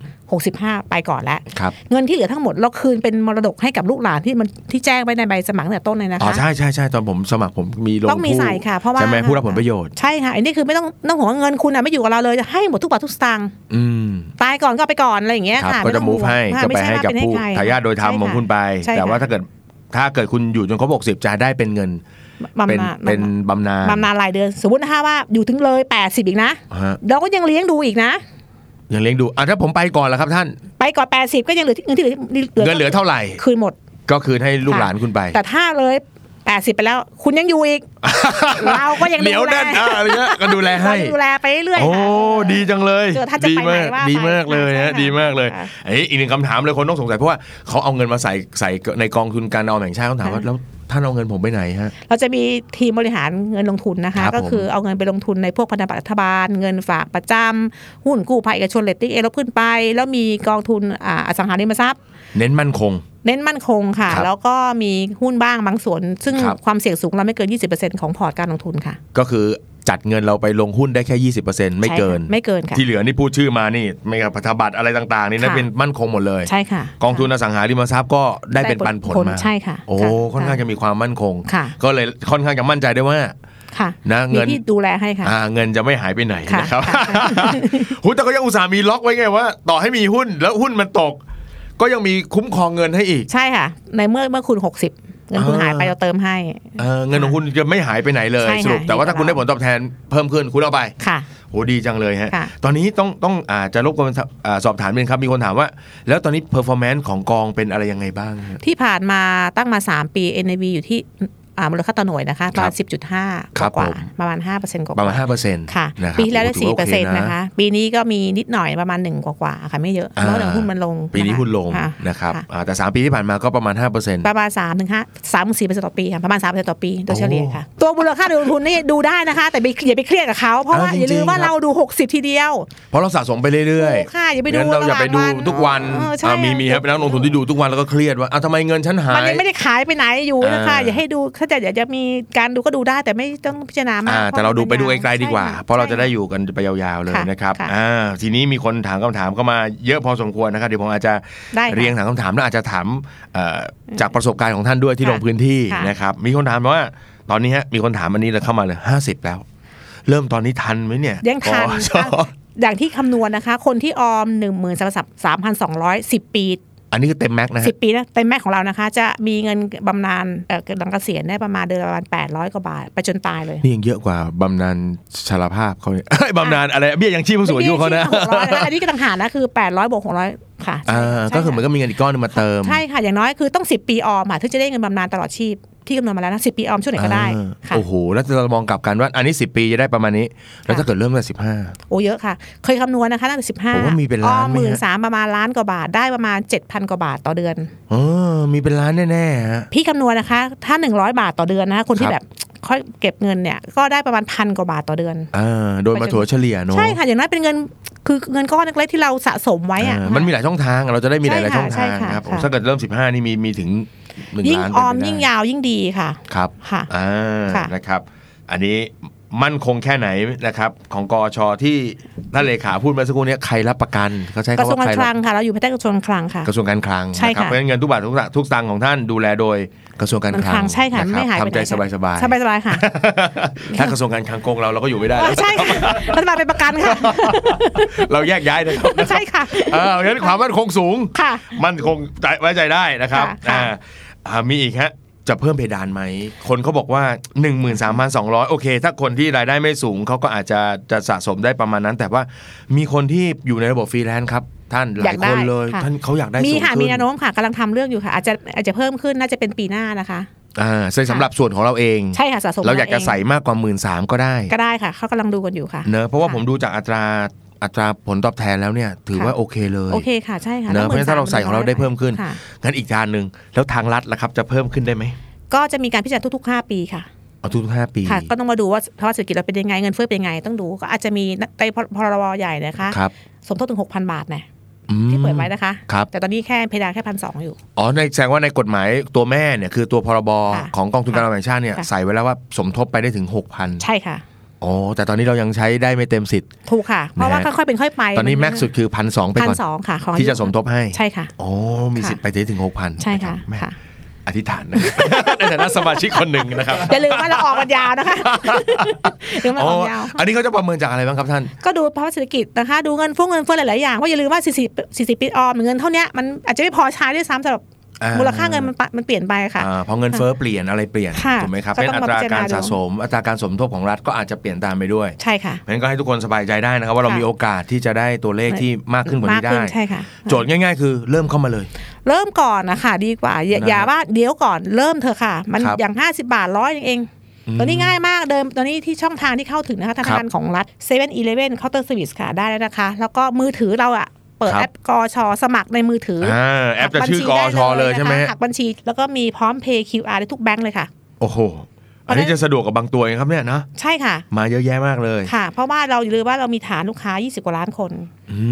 65 ไปก่อนละ ครับ เงินที่เหลือทั้งหมดเราคืนเป็นมรดกให้กับลูกหลานที่มันที่แจ้งไว้ในใบสมัครตั้งแต่ต้นเลยนะ อ๋อ คะ ใช่ใช่ใช่ตอนผมสมัครผมมีลง ต้องมี ผู้ ใส่ค่ะเพราะว่า ใช่ไหมผู้รับผลประโยชน์ ใช่ค่ะอันนี้คือไม่ต้องต้องห่วงว่าเงินคุณอ่ะไม่อยู่กับเราเลยจะให้หมดทุกบาททุกสตางค์ อืม ตายก่อนก็เอาไปก่อนอะไรอย่างเงี้ย ครับ ค่ะ ก็ ไม่ต้ จะ อง move ให้ ห่วง ก็ไป ม่ใช่ ให้ ว่า กับ เป็น ผู้ ใคร ทายาทโดยธรรมของคุณไป ใช่ แต่ว่า ค่ะ ถ้าเกิดถ้าเกิดคุณอยู่จนครบ60จะได้เป็นเงินเป็น บำนาญ เป็นบำนาญ บำนาญรายเดือนสมมตินะคะว่าอยู่ถึงเลย 80 อีกนะ ฮะ เราก็ยังเลี้ยงดูอีกนะ ยังเลี้ยงดูอ่ะถ้าผมไปก่อนแล้วครับท่าน ไปก่อน 80 ก็ยังเหลือที่เงินที่เหลือ เงินเหลือเท่าไหร่ คืนหมด ก็คืนให้ลูก ค่ะ หลานคุณไป แต่ถ้าเลย แปดสิบไปแล้ว คุณยังอยู่อีก เราก็ยัง เหนียว ดูแล แน่นอ่าอะไรเงี้ยก็ดูแล เรา ให้ ดูแลไปเรื่อยๆ โอ้ ค่ะ ดีจังเลย เจอท่านจะ ดี ไปไหมานก ว่าไป ดีมากเลย ใช่ ฮะ ค่ะ ดีมากเลย ค่ะ เอ้ยอีกหนึ่งคำถามเลยคนต้องสงสัยเพราะว่าเขาเอาเงินมาใส่ใส่ในกองทุนการออมแห่งชาติเขาถามว่า ค่ะ แล้วท่านเอาเงินผมไปไหนฮะ เราจะมีทีมบริหารเงินลงทุนนะคะ ครับผม ก็คือเอาเงินไปลงทุนในพวกพันธบัตรรัฐบาล เงินฝากประจำหุ้นกู้ภัยเอกชนเลตติ้งเอลบขึ้นไป แล้วมีกองทุนอ่าอสังหาริมทรัพย์ เน้นมั่นคง เน้นมั่นคงค่ะ ครับ แล้วก็มีหุ้นบ้างบางส่วน ซึ่ง ครับ ความเสี่ยงสูงเราไม่เกิน 20%ของพอร์ตการลงทุนค่ะ ก็คือจัดเงินเราไปลงหุ้นได้แค่ 20%ไม่ ใช่ค่ะ เกิน ไม่เกินค่ะ ที่เหลือนี่พูดชื่อมานี่ไม่กับพันธบัตรอะไรต่างๆ นี่นะ ค่ะ เป็นมั่นคงหมดเลย ใช่ค่ะ กองทุนอสังหาริมทรัพย์ก็ได้เป็นปันผลมา ใช่ค่ะ โอ้ ค่ะ ค่อนข้างจะมีความมั่นคง ค่ะ ก็เลยค่อนข้างจะมั่นใจได้ว่า ค่ะ นะเงิ มี น ที่ดูแลให้ค่ะ อ่าเงินจะไม่หายไปไหน ค่ะ นะครับ ค่ะ หุ้น แต่ก็ยังอุตส่าห์มีล็อกไว้ไงว่า ต่อให้มีหุ้นแล้วหุ้นมันตก ก็ยังมีคุ้มครองเงินให้อีก ใช่ค่ะ ในเมื่อเมื่อคุณ 60 เงินคุณ อ่า หายไปเราเติมให้ เออเงินของคุณจะไม่หายไปไหนเลย ใช่ค่ะ สรุปแต่ว่าถ้า อคุณยู่กั ได้ บ ผลเราตอบแทนเพิ่มขึ้นคุณเอาไป ค่ะ โหดีจังเลยฮะ ค่ะ ตอนนี้ต้องต้องอาจจะรบกวนอ่าสอบถามเป็นงครับมีคนถามว่า แล้วตอนนี้ performance ของกองเป็นอะไรยังไงบ้างฮะ ที่ผ่านมาตั้งมา 3 ปี NAV อยู่ที่อ่ามูลค่าต่อหน่วยนะคะประมาณ10.5 ค ก รับ ว่า ผม ๆประมาณ 5%กว่าๆ ประมาณห้าเปอร์เซ็นต์ ค่ะ ปีที่แล้วได้4%นะคะ ปีนี้ก็มีนิดหน่อยประมาณ 1 กว่าๆค่ะไม่เยอะเพราะเดี๋ยวหุ้นมันลง ปีนี้ ะคะ หุ้นลง ค่ะ นะครับ ค่ะ อ่าแต่สามปีที่ผ่านมาก็ประมาณห้าเปอร์เซ็นต์ ประมาณ3ถึง5 3 4เปอร์เซ็นต์ต่อปีค่ะประมาณ3เปอร์เซ็นต์ต่อปีโดยเฉลี่ยค่ะ โอ้ ตัวมูลค่าลงทุนนี่ดูได้นะคะ แต่ไปอย่าไปเครียดกับเขาเพราะว่า เอาจริงๆ อย่าลืมว่า ครับ เราดู 60 ทีเดียว เพราะเราสะสมไปเรื่อย ถูกค่ะอย่าไปดู งั้นเราอย่าไปดู ระหว่างวัน ทุกวัน เออใช่ อ่ามีมีครับเป็นนักลงทุนที่ดูทุกวันแล้วก็เครียดว่าอ้าวทำไมเงินฉันหา มัยนยังไม่ได้ขายไปไหนอยู่นะคะ อ่า อย่าให้ดูถ้าจะอยากจะมีการดูก็ดูได้แต่ไม่ต้องพิจารณามาก อ่าแต่เราดูไปดูไกลๆดีกว่า ใช่ เพราะเราจะได้อยู่กันไปยาวๆเลยนะครับ ค่ะค่ะ อ่าทีนี้มีคนถามคำถามเข้ามาเยอะพอสมควรนะครับเดี๋ยวผมอาจจะ ได้ค่ะ เรียงถามคำถามแล้วอาจจะถามเอ่อจากประสบการณ์ของท่านด้วยที่ ค่ะ ลงพื้นที่ ค่ะ นะครับมีคนถามว่าตอนนี้ฮะมีคนถามอันนี้เลยเข้ามาเลย50 แล้ว เริ่มตอนนี้ทันไหมเนี่ย ยังทัน อ๋อชอบ อย่างที่คำนวณนะคะ คนที่ออม 1 3 3 2 1 0 ปี อันนี้คือเต็มแม็กซ์นะฮะ 10 ปีนะเต็มแม่ของเรานะคะ จะมีเงินบำนาญเอ่อหลังเกษียณได้ประมาณเดือนละประมาณ 800 กว่าบาท ไปจนตายเลย นี่ยังเยอะกว่าบำนาญชราภาพเขาเนี่ย บำนาญอะไรเบี้ยยังชีพผู้สูงอายุเขานะ หก ร้อยอันนี้ก็ต่างหากนะคือ 800บวก600 ค่ะใช่ อ่า ค่ะ ก็คือเหมือนก็มีเงินอีกก้อนหนึงมาเติม ใช่ค่ะ อย่างน้อยคือต้อง 10 ปีออมค่ะถึงจะได้เงินบำนาญตลอดชีพที่คำนวณมาแล้วนะ10 ปีออมช่วงไหนก็ได้ อ่า ค่ะ โอ้โห แล้วเรามองกลับกันว่า อันนี้ 10 ปีจะได้ประมาณนี้ แล้ว ค่ะ ถ้าเกิดเริ่มตั้งแต่สิบห้า โอ้เยอะค่ะ เคยคำนวณนะคะตั้งแต่สิบห้า ผมว่ามีเป็นล้านไหมฮะ หมื่นสามประมาณล้านกว่าบาทได้ประมาณ 7,000 กว่าบาทต่อเดือน เออมีเป็นล้านแน่ๆฮะ พี่คำนวณนะคะ ถ้า 100 บาทต่อเดือนนะคะคนที่ ค แบ รับ บค่อยเก็บเงินเนี่ยก็ได้ประมาณพันกว่าบาทต่อเดือน อ่าโดยมาถัวเฉลี่ยเนอะ ใช่ค่ะ อย่างน้อยเป็นเงินคือเงินก้อนเล็กๆที่เราสะสมไว้อะ อ่ามันมีหลายช่องทาง เราจะได้มีหลายๆ ใช่ค่ะ ช่องทาง ใช่ค่ะ นะครับ ค่ะ ถ้าเกิดเริ่ม 15 นี่มีมีถึงหนึ่ง ยิ่ง ล้าน ออม เป็นไปได้ ยิ่งยาวยิ่งดีค่ะ ครับ ค่ะ อ่า ค่ะ นะครับ อันนี้มั่นคงแค่ไหนนะครับ ของกอชที่ท่านเลขาพูดเมื่อสักครู่เนี้ใครรับประกันเขาใช้ กระ คำ ทรวง ว่าใคร การคลั รับ งค่ะ เราอยู่ภายใต้กระทรวงการคลังค่ะ กระทรวงการคลัง ใช่ นะครั ค่ะ เพราะฉะนั้นเงินทุกบาททุกสตางค์ทุกสตางค์ของท่านดูแลโดยกระทรวงการคลั กระทรวงการคลั ง งใช่ค่ะ นรับ ไม่หายไป ทำใจ ไหน ส ค่ะ บายสบายๆ สบายๆค่ะ ถ้ากระทร วงการคลังโกงเราเราก็อยู่ไม่ได้แล้ว ใช่ค่ะรัฐบาลเป็นประกันค่ะ เราแยกย้ายนะครับ ใช่ค่ะ เออเพราะฉะนั้นความมั่นคงสูง ค่ะ มั่นคงใจไว้ใจได้นะครับ ค่ะ อ่า ค่ะ อ่ามีอีกฮะ จะเพิ่มเพดานไหม คนเขาบอกว่า 13,200 โอเค ถ้าคนที่รายได้ไม่สูง เขาก็อาจจะจะสะสมได้ประมาณนั้น แต่ว่ามีคนที่อยู่ในระบบฟรีแลนซ์ครับ ท่านหลายอาย ก ค ได้ นเลย ค่ะ ท่านเขาอยากได้ มี สูง ค่ะ ขึ้น มีแนวโน้มค่ะกำลังทำเรื่องอยู่ค่ะ อาจจะอาจจะเพิ่มขึ้นน่าจะเป็นปีหน้านะคะ อ่าซึ่งสำหรับส่วนของเราเอง ใช่ค่ะสะสม เราอยากจะ ง ใส่มากกว่าหมื่นสามก็ได้ ก็ได้ค่ะ เขากำลังดูกันอยู่ค่ะ เนอะเพราะว่า ค่ะ ผมดูจากอัตราอัตราผลตอบแทนแล้วเนี่ย ถือ ค่ะ ว่าโอเคเลย โอเคค่ะใช่ค่ะ เนอะเพราะฉะนั้นถ้าเราใส่ของเราได้เพิ่มขึ้น ค่ะ งั้นอีกด้านหนึ่งแล้วทางรัฐล่ะครับจะเพิ่มขึ้นได้ไหม ก็จะมีการพิจารณาทุกๆ 5 ปีค่ะ เอาทุกห้าปี ค่ะ ก็ต้องมาดูว่าภาวะเศรษฐกิจเราเป็นยังไง เงินเฟ้อเป็นยังไง ต้องดู ก็อาจจะมีในพรบใหญ่นะคะ ครับ สมทบถึง 6,000 บาทนะ อืม ที่เปิดไว้นะคะ ครับ แต่ตอนนี้แค่เพดานแค่พันสองอยู่ อ๋อในแสดงว่าในกฎหมายตัวแม่เนี่ยคือตัวพรบ ค่ะ ของกองทุนการออมแห่งชาติเนี่ย ค่ะ ใส่ไว้แล้วว่าสมทบไปได้ถึง ใช่ค่ะ 6,000อ๋อแต่ตอนนี้เรายังใช้ได้ไม่เต็มสิทธิ์ ถูกค่ะ เพราะว่า นะฮะ ค่อยๆเป็นค่อยไป ตอนนี้แม็กซ์สุดคือพันสองไป พัน ก่อน สองค่ะของ ที่จะสมทบให้ ใช่ค่ะ อ๋อมีสิทธิ์ไปได้ถึง 6,000 ใช่ค่ะ แม่ ค่ะ อธิษฐานนะ ในฐานะสมาชิกคนหนึ่งนะครับ อย่าลืมว่าเราออกกันยาว นะคะ ลืมว่า อ๋ อ อ อกยาว อันนี้เขาจะประเมินจากอะไรบ้างครับท่าน ก็ดูภาวะเศรษฐกิจนะคะ ดูเงินฟุ้งเงินเฟ้อหลาย ๆ อย่างว่าะอย่าลืมว่า 40 40 ปีออมหรือเงินเท่าเนี้ยมันอาจจะไม่พอใช้ด้วยซ้ำสำหรับ อ่า มูลค่าเงินมันปะมันเปลี่ยนไปค่ะ อ่าเพอเงินเฟ้อเปลี่ยนอะไรเปลี่ยน ค่ะ ถูกไหมครับ ก็ เป็น ต้อง อัตรากามาพิจารณาร ดู สะสม อัตราการสมทบของรัฐก็อาจจะเปลี่ยนตามไปด้วย ใช่ค่ะ เพราะฉะนั้นก็ให้ทุกคนสบายใจได้นะครับ ว่าเรา ค่ะ มีโอกาสที่จะได้ตัวเลขที่มากขึ้นกว่านี้ มากขึ้ ได้ นใช่ค่ะ โจทย์ง่าย ๆ คือเริ่มเข้ามาเลย เริ่มก่อนนะคะดีกว่าอย่า นะ อย่าว่าเดี๋ยวก่อนเริ่มเถอะค่ะ มัน ครับ อย่าง 50 บาทร้อยเอง ตอนนี้ง่ายมากเดิมตอนนี้ที่ช่องทางที่เข้าถึงนะคะธนาคารของรัฐ7 e เ e ่ e อีเลฟเว่นเคาน์เตอร์สวิสค่ะได้แล้วนะคะ แล้วก็มือถือเราอะเปิด ครับ แอปกอชอสมัครในมือถืออ อ่าแอปจะชื่อกอชอเลยใช่ไหม หักบัญนะคะหักบัญชีแล้วก็มีพร้อมเพย์คิวอาร์ได้ทุกแบงค์เลยค่ะ โอ้โห อันนี้จะสะดวกกับบางตัวเองครับเนี่ยนะ ใช่ค่ะ มาเยอะแยะมากเลย ค่ะ เพราะว่าเราอย่าลืมว่าเรามีฐานลูกค้า 20 กว่าล้านคน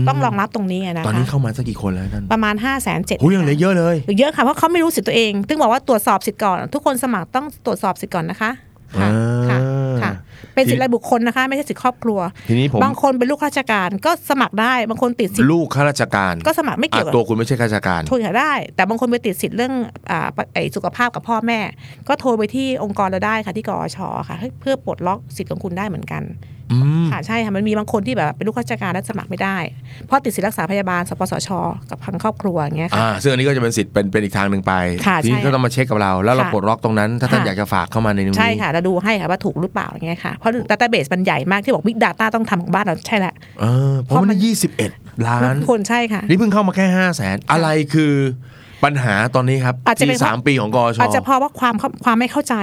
ม ต้องรองรับตรงนี้อะนะ ตอน คะ นี้เข้ามาสักกี่คนแล้วท่าน ประมาณ 5 7 0 0 0 0 หูยังเหลือเยอะเลย หรือเยอะค่ะเพราะเขาไม่รู้สิทธิ์ตัวเองซึ่งบอกว่าตรวจสอบสิทธิ์ก่อน ทุกคนสมัครต้องตรวจสอบสิทธิ์ก่อนนะคะค่ะ อ่า ค่ะค่ะ เป็นสิทธิ์รายบุคคลนะคะ ไม่ใช่สิทธิ์ครอบครัว ทีนี้ผม บางคนเป็นลูกข้าราชการก็สมัครได้บางคนติดสิทธิ์ ลูกข้าราชการ ก็สมัครไม่เกี่ยว อ่ะ กับ ตัวคุณไม่ใช่ข้าราชการ โทรหาได้ แต่บางคนไปติดสิทธิ์เรื่องอ่าไอสุขภาพกับพ่อแม่ ก็โทรไปที่องค์กรเราได้ค่ะที่กอชค่ะให้เพื่อปลดล็อกสิทธิ์ของคุณได้เหมือนกัน อืม ค่ะใช่ค่ะมันมีบางคนที่แบบเป็นลูกข้าราชการและสมัครไม่ได้เพราะติดสิทธิ์รักษาพยาบาลสปสช กับพังครอบครัวอย่างเงี้ยค่ะ อ่าซึ่งอันนี้ก็จะเป็นสิทธิ์เป็นเป็นอีกทางหนึ่งไป ค่ะ ทีนี้ ใช่ ก็ต้องมาเช็คกับเรา แล้วเรา ค่ะ ปลดล็อกตรงนั้น ถ้าท่าน ค่ะ อยากจะฝากเข้ามาในตรงนี้ ใช่ค่ะเราดูให้ค่ะว่าถูกหรือเปล่าอย่างเงี้ยค่ะ เพราะ Database มันใหญ่มากที่บอก Big Data ต้องทำของบ้านเราใช่ละ เออเพราะมันยี่สิบเอ็ดล้าน คนใช่ค่ะ นี่เพิ่งเข้ามาแค่ห้าแสนอะไรคือปัญหาตอนนี้ครับ อาจจะเป็น ที่สาม เพราะ ปีของกอช อาจจะเพราะว่าความเข้าความไม่เข้าใจ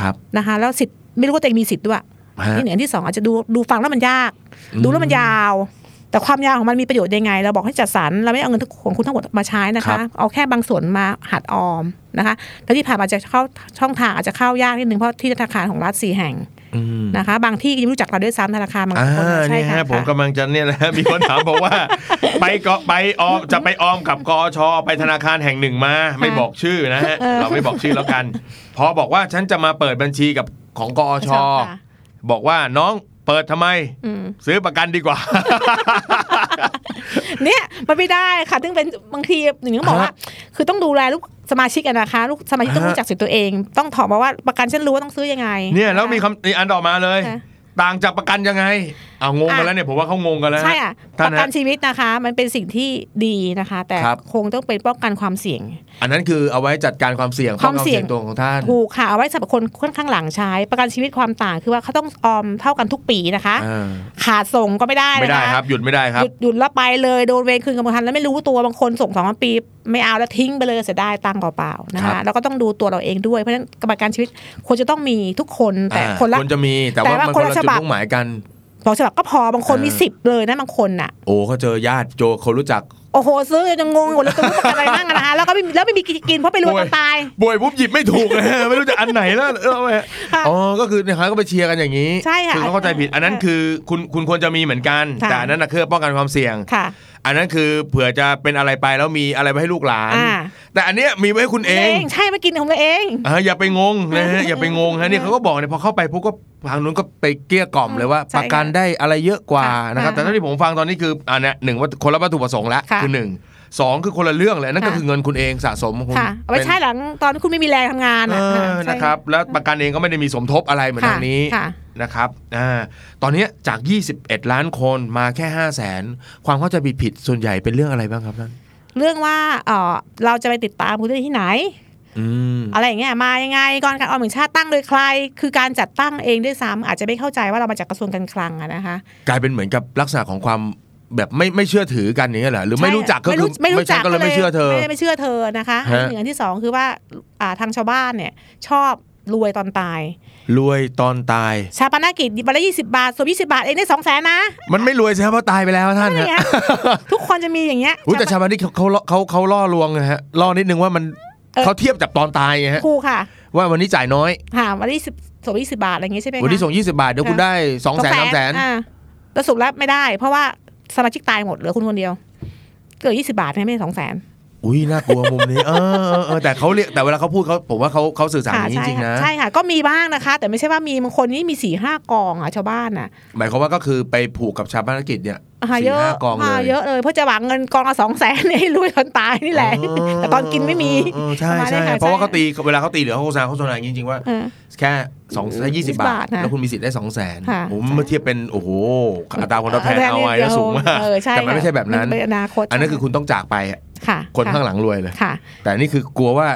ครับ นะคะ แล้วสิทธิ์ไม่รู้ว่าตัวเองมีสิทธิ์ด้วย ฮะ ที่หนึ่งอันที่สองอาจจะดูดูฟังแล้วมันยาก ดูแล้วมันยาว แต่ความยาวของมันมีประโยชน์ยังไง เราบอกให้จัดสรรเราไม่เอาเงินทุกของคุณทั้งหมดมาใช้นะคะ เอาแค่บางส่วนมาหัดออมนะคะแล้วที่ผ่านมาจะเข้าช่องทางอาจจะเข้ายากนิดนึงเพราะที่ธนาคารของรัฐสี่แห่ง อืม นะคะ บางที่ยังไม่รู้จักเราด้วยซ้ำธนาคารบาง อ่า คนนะใช่ เนี่ย ค่ะ ฮะผม ค่ะ กำลังจะเนี่ยนะฮะ มีคนถามบอกว่า ไปเกาะไปออมจะไปออมกับกอชไปธนาคารแห่งหนึ่งมาไม่บอกชื่อนะฮะ เออ เราไม่บอกชื่อแล้วกันพอบอกว่าฉันจะมาเปิดบัญชีกับของกอช ค่ะ บอกว่าน้องเปิดทำไม อืม ซื้อประกันดีกว่า เนี่ยมันไม่ได้ค่ะซึ่งเป็นบางทีหนึ่งต้องบอกว่า คือต้องดูแลลูกสมาชิกอะนะคะ ลูกสมาชิกต้อง ฮะ รู้จักสิทธิ์ตัวเอง ต้องถอมมาว่าประกันฉันรู้ว่าต้องซื้อยังไง เนี่ยแล้ว ะคะ มีคำนี่อันต่อมาเลย ค่ะ ต่างจากประกันยังไงเอางงกันแล้วเนี่ยผมว่าเขางงกันแล้วฮ ใช่อ่ะ ท่า ป น ระ ฮะ กันชีวิตนะคะ มันเป็นสิ่งที่ดีนะคะ แต่ ครับ คงต้องเป็นป้องกันความเสี่ยง อันนั้นคือเอาไว้จัดการความเสี่ยง ความ ป้องกัน เสี่ยง ตัวของท่าน ถูกค่ะเอาไว้สำหรับคนค่อนข้างหลังใช้ ประกันชีวิตความต่างคือว่าเขาต้องออมเท่ากันทุกปีนะคะ อ่า ขาดส่งก็ไม่ได้ ไม่ นะ ได้ คะ ครับหยุดไม่ได้ครั ห บ ยุดหยุดแล้วไปเลยโดนเวรคืนกรรมพันธ์แล้วไม่รู้ตัวบางคนส่งสองสามปี ไม่เอาแล้วทิ้งไปเลยเสียดายตังค์เปล่าๆนะ ครั คะ บ แล้วก็ต้องดูตัวเราเองด้วยเพราะฉะนั้นประกันชีวิตควรจะต้องมีทุกคนแต่ อ่า คนละ จะมีแต่ แต่ ว่า ว่า มันค คน น ละ ละ จุด ฉบับ มุ่งหมายกัน สองฉบับก็พอบางคนมี เออ สิบเลยนะบางคนน่ะ โอ้เขาเจอญาติโจเขารู้จัก โอ้โหซื้อจนงงหมดเลยตัวรู้ประกันอะไรบ้างอะนะคะแล้วก็ไม่มีแล้วไม่มีกินเพราะไปรวยกันตาย ป่วยปุ๊บหยิบไม่ถูกเลย ไม่รู้จะอันไหนแล้วเออ ค่ะ อ๋อก็คือเนี่ยเขาก็ไปเชียร์กันอย่างนี้ ใช่ค่ะ คือเขาเข้าใจผิด อันนั้นคือคุณคุณควรจะมีเหมือนกัน ค่ะ แต่อันนั้นนะคือป้องกันความเสี่ยง ค่ะ อันนั้นคือเผื่อจะเป็นอะไรไปแล้วมีอะไรไว้ให้ลูกหลาน อ่า แต่อันเนี้ยมีไว้ให้คุณเอง ใช่มากินของตัวเอง อ่าอย่าไปงงนะฮะ อย่าไปงงฮะเนี่ยเขาก็บอกเนี่ยพอเข้าไปพวกก็ทางนู้นก็ไปเกลี้ยกล่อมเลยว่า ใช่ ประกันได้อะไรเยอะกว่า ค่ะ นะครับ แต่ ค่ะ เท่าที่ผมฟังตอนนี้คืออันเนี้ยหนึ่งว่าคนละวัตถุประสงค์ละ ค่ะ คือหนึ่งสองคือคนละเรื่องเลยนั่นก็ ค่ะ คือเงินคุณเองสะสมของคุณ ค่ะเอาไว้ เป็น ใช้หลังตอนคุณไม่มีแรงทำงาน เอออะใช่ นะครับ แล้วประกันเองก็ไม่ได้มีสมทบอะไรเหมือน ค่ะ ทางนี้ ค่ะ นะครับอ่าตอนเนี้ยจาก 21 ล้านคนมาแค่ 5 0 0แสนความเข้าใจผิดผิดส่วนใหญ่เป็นเรื่องอะไรบ้างครับท่าน เรื่องว่าเออเราจะไปติดตามคุณได้ที่ไหน อืม อะไรอย่างเงี้ยมายังไงกองการออมแห่งชาติตั้งโดยใคร คือการจัดตั้งเองด้วยซ้ำอาจจะไม่เข้าใจว่าเรามาจากกระทรวงการคลังอะนะคะ กลายเป็นเหมือนกับลักษณะของความแบบไม่ไม่เชื่อถือกันอย่างเงี้ยเหรอหรือไม่รู้จักก็ ไม่ คือ รู้ไม่รู้จัก ก็เลยไม่เชื่อเธอ ไม่ได้ไม่เชื่อเธอนะคะ ฮะ อันที่หนึ่งอันที่สองคือว่าอ่าทางชาวบ้านเนี่ยชอบรวยตอนตาย รวยตอนตาย ชาปนกิจวันละยี่สิบาทส่วนยี่สิบาทเองได้สองแสนนะ มันไม่รวยใช่ไหมเพราะตายไปแล้วท่าน อะไร ฮะ เงี้ยทุกคนจะมีอย่างเงี้ย อุ๊ยแต่ชาวบ้านนี่เขาเขาเขาเขาล่อลวงนะฮะล่อนิดนึงว่ามัน เออ เขาเทียบจากบตอนตายไงฮะ ครูค่ะ ว่าวันนี้จ่ายน้อย ค่ะวันละยี่สิบส่วนยี่สิบาทอะไรเงี้ยใช่ไหมคะ วันนี้ส่ง 20 บาทเดี๋ยวคุณได้2องแสนสามแสน อ่าแล้วสรุปแล้วไม่ได้ เพราะว่าสมาชิกตายหมดเหลือคุณคนเดียวเกือบยี่สิบาทเนี่ยไม่สองแสน อุ้ยน่ากลัวมุมนี้เออเออเออแต่เขาเรียกแต่เวลาเขาพูดเขาผมว่าเขาเขาสื่อสารอย่างนี้ ใช่ จริงๆ ค่ะ นะ ใช่ค่ะ ก็มีบ้างนะคะ แต่ไม่ใช่ว่ามีบางคนนี่มีสี่ห้ากองอ่ะชาวบ้านอ่ะ หมายความว่าก็คือไปผูกกับชาวบ้านกิจเนี่ย อ่า สี่ เยอะ ห้ากองเล อ่าย เยอะเลยเพื่อจะหวังเงินกองละสองแสนเนี่ยให้รวยคนตายนี่แหละ เอ แต่ตอนกินไม่มี เออใช่ ปมณ ใช่ นี้ค่ เพราะว่าเขาตีเวลาเขาตีเหลือเขาโฆษณาโฆษณาอย่างนี้จริงๆว่า เออ แค่สองยี่สิ 20 บา บา ท ทนะ แล้วคุณมีสิทธิ์ได้สองแสน ค่ะ ผม ใช่ เมื่อเทียบเป็น โอ้โหอัตราความตอบแทนเอาไว้แล้วสูงมาก เออใช่ แต่มันไม่ใช่แบบนั้น มัเป็อนาคต อันนั้นคือคุณต้องจากไปอะ ค่ะ คน ค่ะ ข้างหลังรวยเลย ค่ะ แต่นี่คือกลัวว่า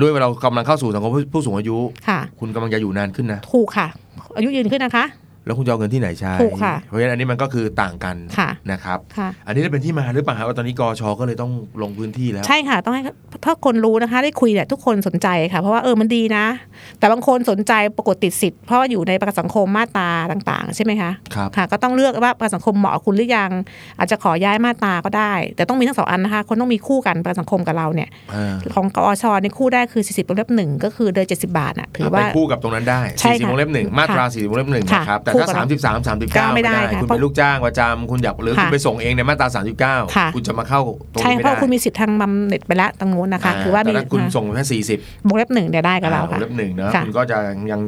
ด้วยเรากำลังเข้าสู่สังคมผู้ผู้สูงอายุ ค่ะ คุณกำลังจะอยู่นานขึ้นนะ ถูกค่ะ อายุยืนขึ้นนะคะ แล้วคุณจะเอาเงินที่ไหนใช้ ถูกค่ะ เพราะฉะนั้นอันนี้มันก็คือต่างกัน ค่ะ นะครับ ค่ะ อันนี้ได้เป็นที่มาหรือเปล่าครับว่าตอนนี้กอชอก็เลยต้องลงพื้นที่แล้ว ใช่ค่ะ ต้องให้ถ้าคนรู้นะคะ ได้คุยเนี่ยทุกคนสนใจค่ะ เพราะว่าเออมันดีนะ แต่บางคนสนใจปรากฏติดสิทธิ์เพราะว่าอยู่ในประกันสังคมมาตราต่างๆ ใช่ไหมคะ ครับ ค่ะ ก็ต้องเลือกว่าประกันสังคมเหมาะกับคุณหรือยัง อาจจะขอย้ายมาตราก็ได้ แต่ต้องมีทั้งสองอันนะคะ คนต้องมีคู่กันประกันสังคมกับเราเนี่ย อ่า ของกอชในคู่ได้คือ 40วงเล็บหนึ่งก็คือเดือน70 บาทอ่ะถือ ไป ว่า คู่กับตรงนั้นได้ ใช่ สี่สิค่ะบวงเล็บหนึ่งมาตรา ค่ะ สี่สิบวงเล็บหนึ่ง ค่ะ นะครับ แต่ คู่ ถ้า กับ สามสิบสามสามสิบ เก้า เก้า ไม่ ไม่ ได้ ได้ ค่ะ คุณเป็นลูกจ้างประจำคุณอยากหรือคุณ ค่ะ ไปส่งเองในมาตราสามสิบเก้า ค่ะ คุณจะมาเข้าตรง ใช่ นี้ ค่ะ ไม่ เพราะ ได้ คุณมีสิทธิ์ทางบำเหน็จไปละตรงนู้นนะคะ คือว่า แต่ มี ถ้าคุณส่งแค่สี่สิบ วงเล็บหนึ่งเนี่ยได้กับเรา ว ค่ะ งเล็บหนึ่งนะ ค่ะ คุณก็จะยัง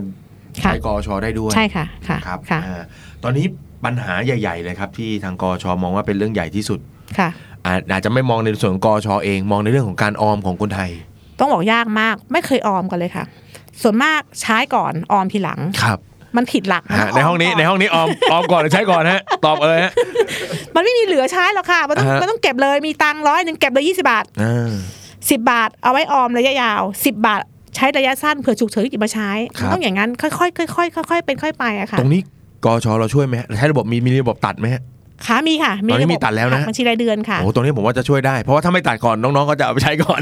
ค่ะ ใช้กอชอได้ด้วย ใช่ค่ะค่ะ ครับ ค่ะ อ่าตอนนี้ปัญหาใหญ่ ๆ เลยครับ ที่ทางกอชอมองว่าเป็นเรื่องใหญ่ที่สุด ค่ะ อาอาจจะไม่มองในส่วนของกอชอเองมองในเรื่องของการออมของคนไทย ต้องบอกยากมากไม่เคยออมกันเลยค่ะ ส่วนมากใช้ก่อนออมทีหลัง ครับ มันผิดหลักมัต้ ในห้องนี้ ก่ ในห้องนี้ออมออมก่อนหรือใช้ก่อนฮะตอบเลยฮะ มันไม่มีเหลือใช้หรอกค่ะ มันต้อง อ่าฮะ มันต้องเก็บเลยมีตังร้อยหนึ่งเก็บเลยยี่สิบาท อ่า สิบาท เอาไว้ออมระยะยาวสิบาท ใช้ระยะสั้นเผื่อฉุกเฉินหยิบมาใช้ ครั มัน บ ต้องอย่างนั้นค่อยๆค่อยๆค่อยๆเป็นค่อยไปอะค่ะ ตรงนี้กอชอเราช่วยไหมฮะใช้ระบบมีมีระบบตัดไหมฮะ ค่ะมีค่ะ ตอนนี้ ระบบ มีตัดแล้วนะ หักบัญชีรายเดือนค่ะ โอ้ตรงนี้ผมว่าจะช่วยได้ เพราะว่าถ้าไม่ตัดก่อนน้องๆก็จะเอาไปใช้ ก่อน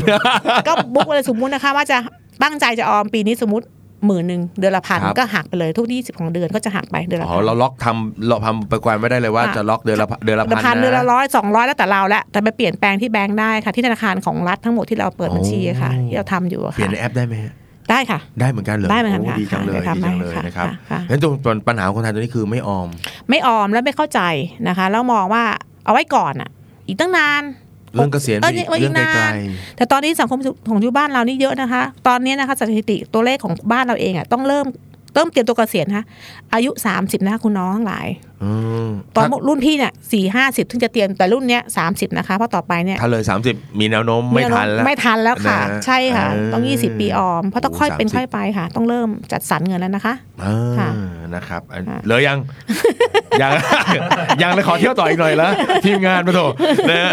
ก็บุ๊กเลยสมมุตินะคะว่าจะตั้งใจจะออมปีนี้สมมติหมื่นหนึ่งเดือนละพัน ครับ ก็หักไปเลยทุกยี่สิบของเดือนก็จะหักไปเดือนละ อ๋อ พัน เราล็อกทำเราทำไปกวนไม่ได้เลยว่า อ่ะ จะล็อกเดือนละพันเดือนละ เดือนละ พั พั น นเดือน นะ ละร้อยสองร้อยแล้วแต่เราแหละแต่ไปเปลี่ยนแปลงที่แบงค์ได้ค่ะที่ธนาคารของรัฐทั้งหมดที่เราเปิดบัญชีอะค่ะที่เราทำอยู่อะ เปลี่ย ค่ะ นในแอปได้ไหมฮะ ได้ค่ะ ได้เหมือนกันเหรอ ได้เหมือนกันค่ะโดีจังเลย ค่ะ ดี ได้ จัง ทำ เลย ได้ค่ะ นะครับ ค่ะ งั้นตรงปัญหาของคนไทยตอนนี้คือไม่ออม ไม่ออมและไม่เข้าใจนะคะ แล้วมองว่าเอาไว้ก่อนอ่ะ อีกตั้งนาน เรื่องเกษียณ เอ้ย อีก เอ้ย เรื่องไก นาน ล แต่ตอนนี้สังคมของยุคบ้านเรานี่เยอะนะคะ ตอนนี้นะคะสถิติตัวเลขของบ้านเราเองอ่ะต้องเริ่มเริ่มเตรียมตัวเกษียณนะคะอายุ 30 นะคะคุณน้องทั้งหลาย ๆอืม ตอน ถ้า รุ่นพี่เนี่ยสี่ห้าสิบถึงจะเตรียมแต่รุ่นเนี้ยสามสิบนะคะเพราะต่อไปเนี่ย ถ้าเลย 30 มีแนวโน้มไม่ทันแล้ว ไม่ทันแล้วค่ะ นะ ใช่ค่ะ เออ ต้องยี่สิบปีออม เพราะต้อง โอ้ ค่อยเป็น 30 ค่อยไปค่ะ ต้องเริ่มจัดสรรเงินแล้วนะคะ อ่า ค่ะ นะครับอัน ค่ะ เลย ยัง ยัง ยังเลยขอเที่ยวต่ออีกหน่อย ละทีมงานมาโถ นะฮะ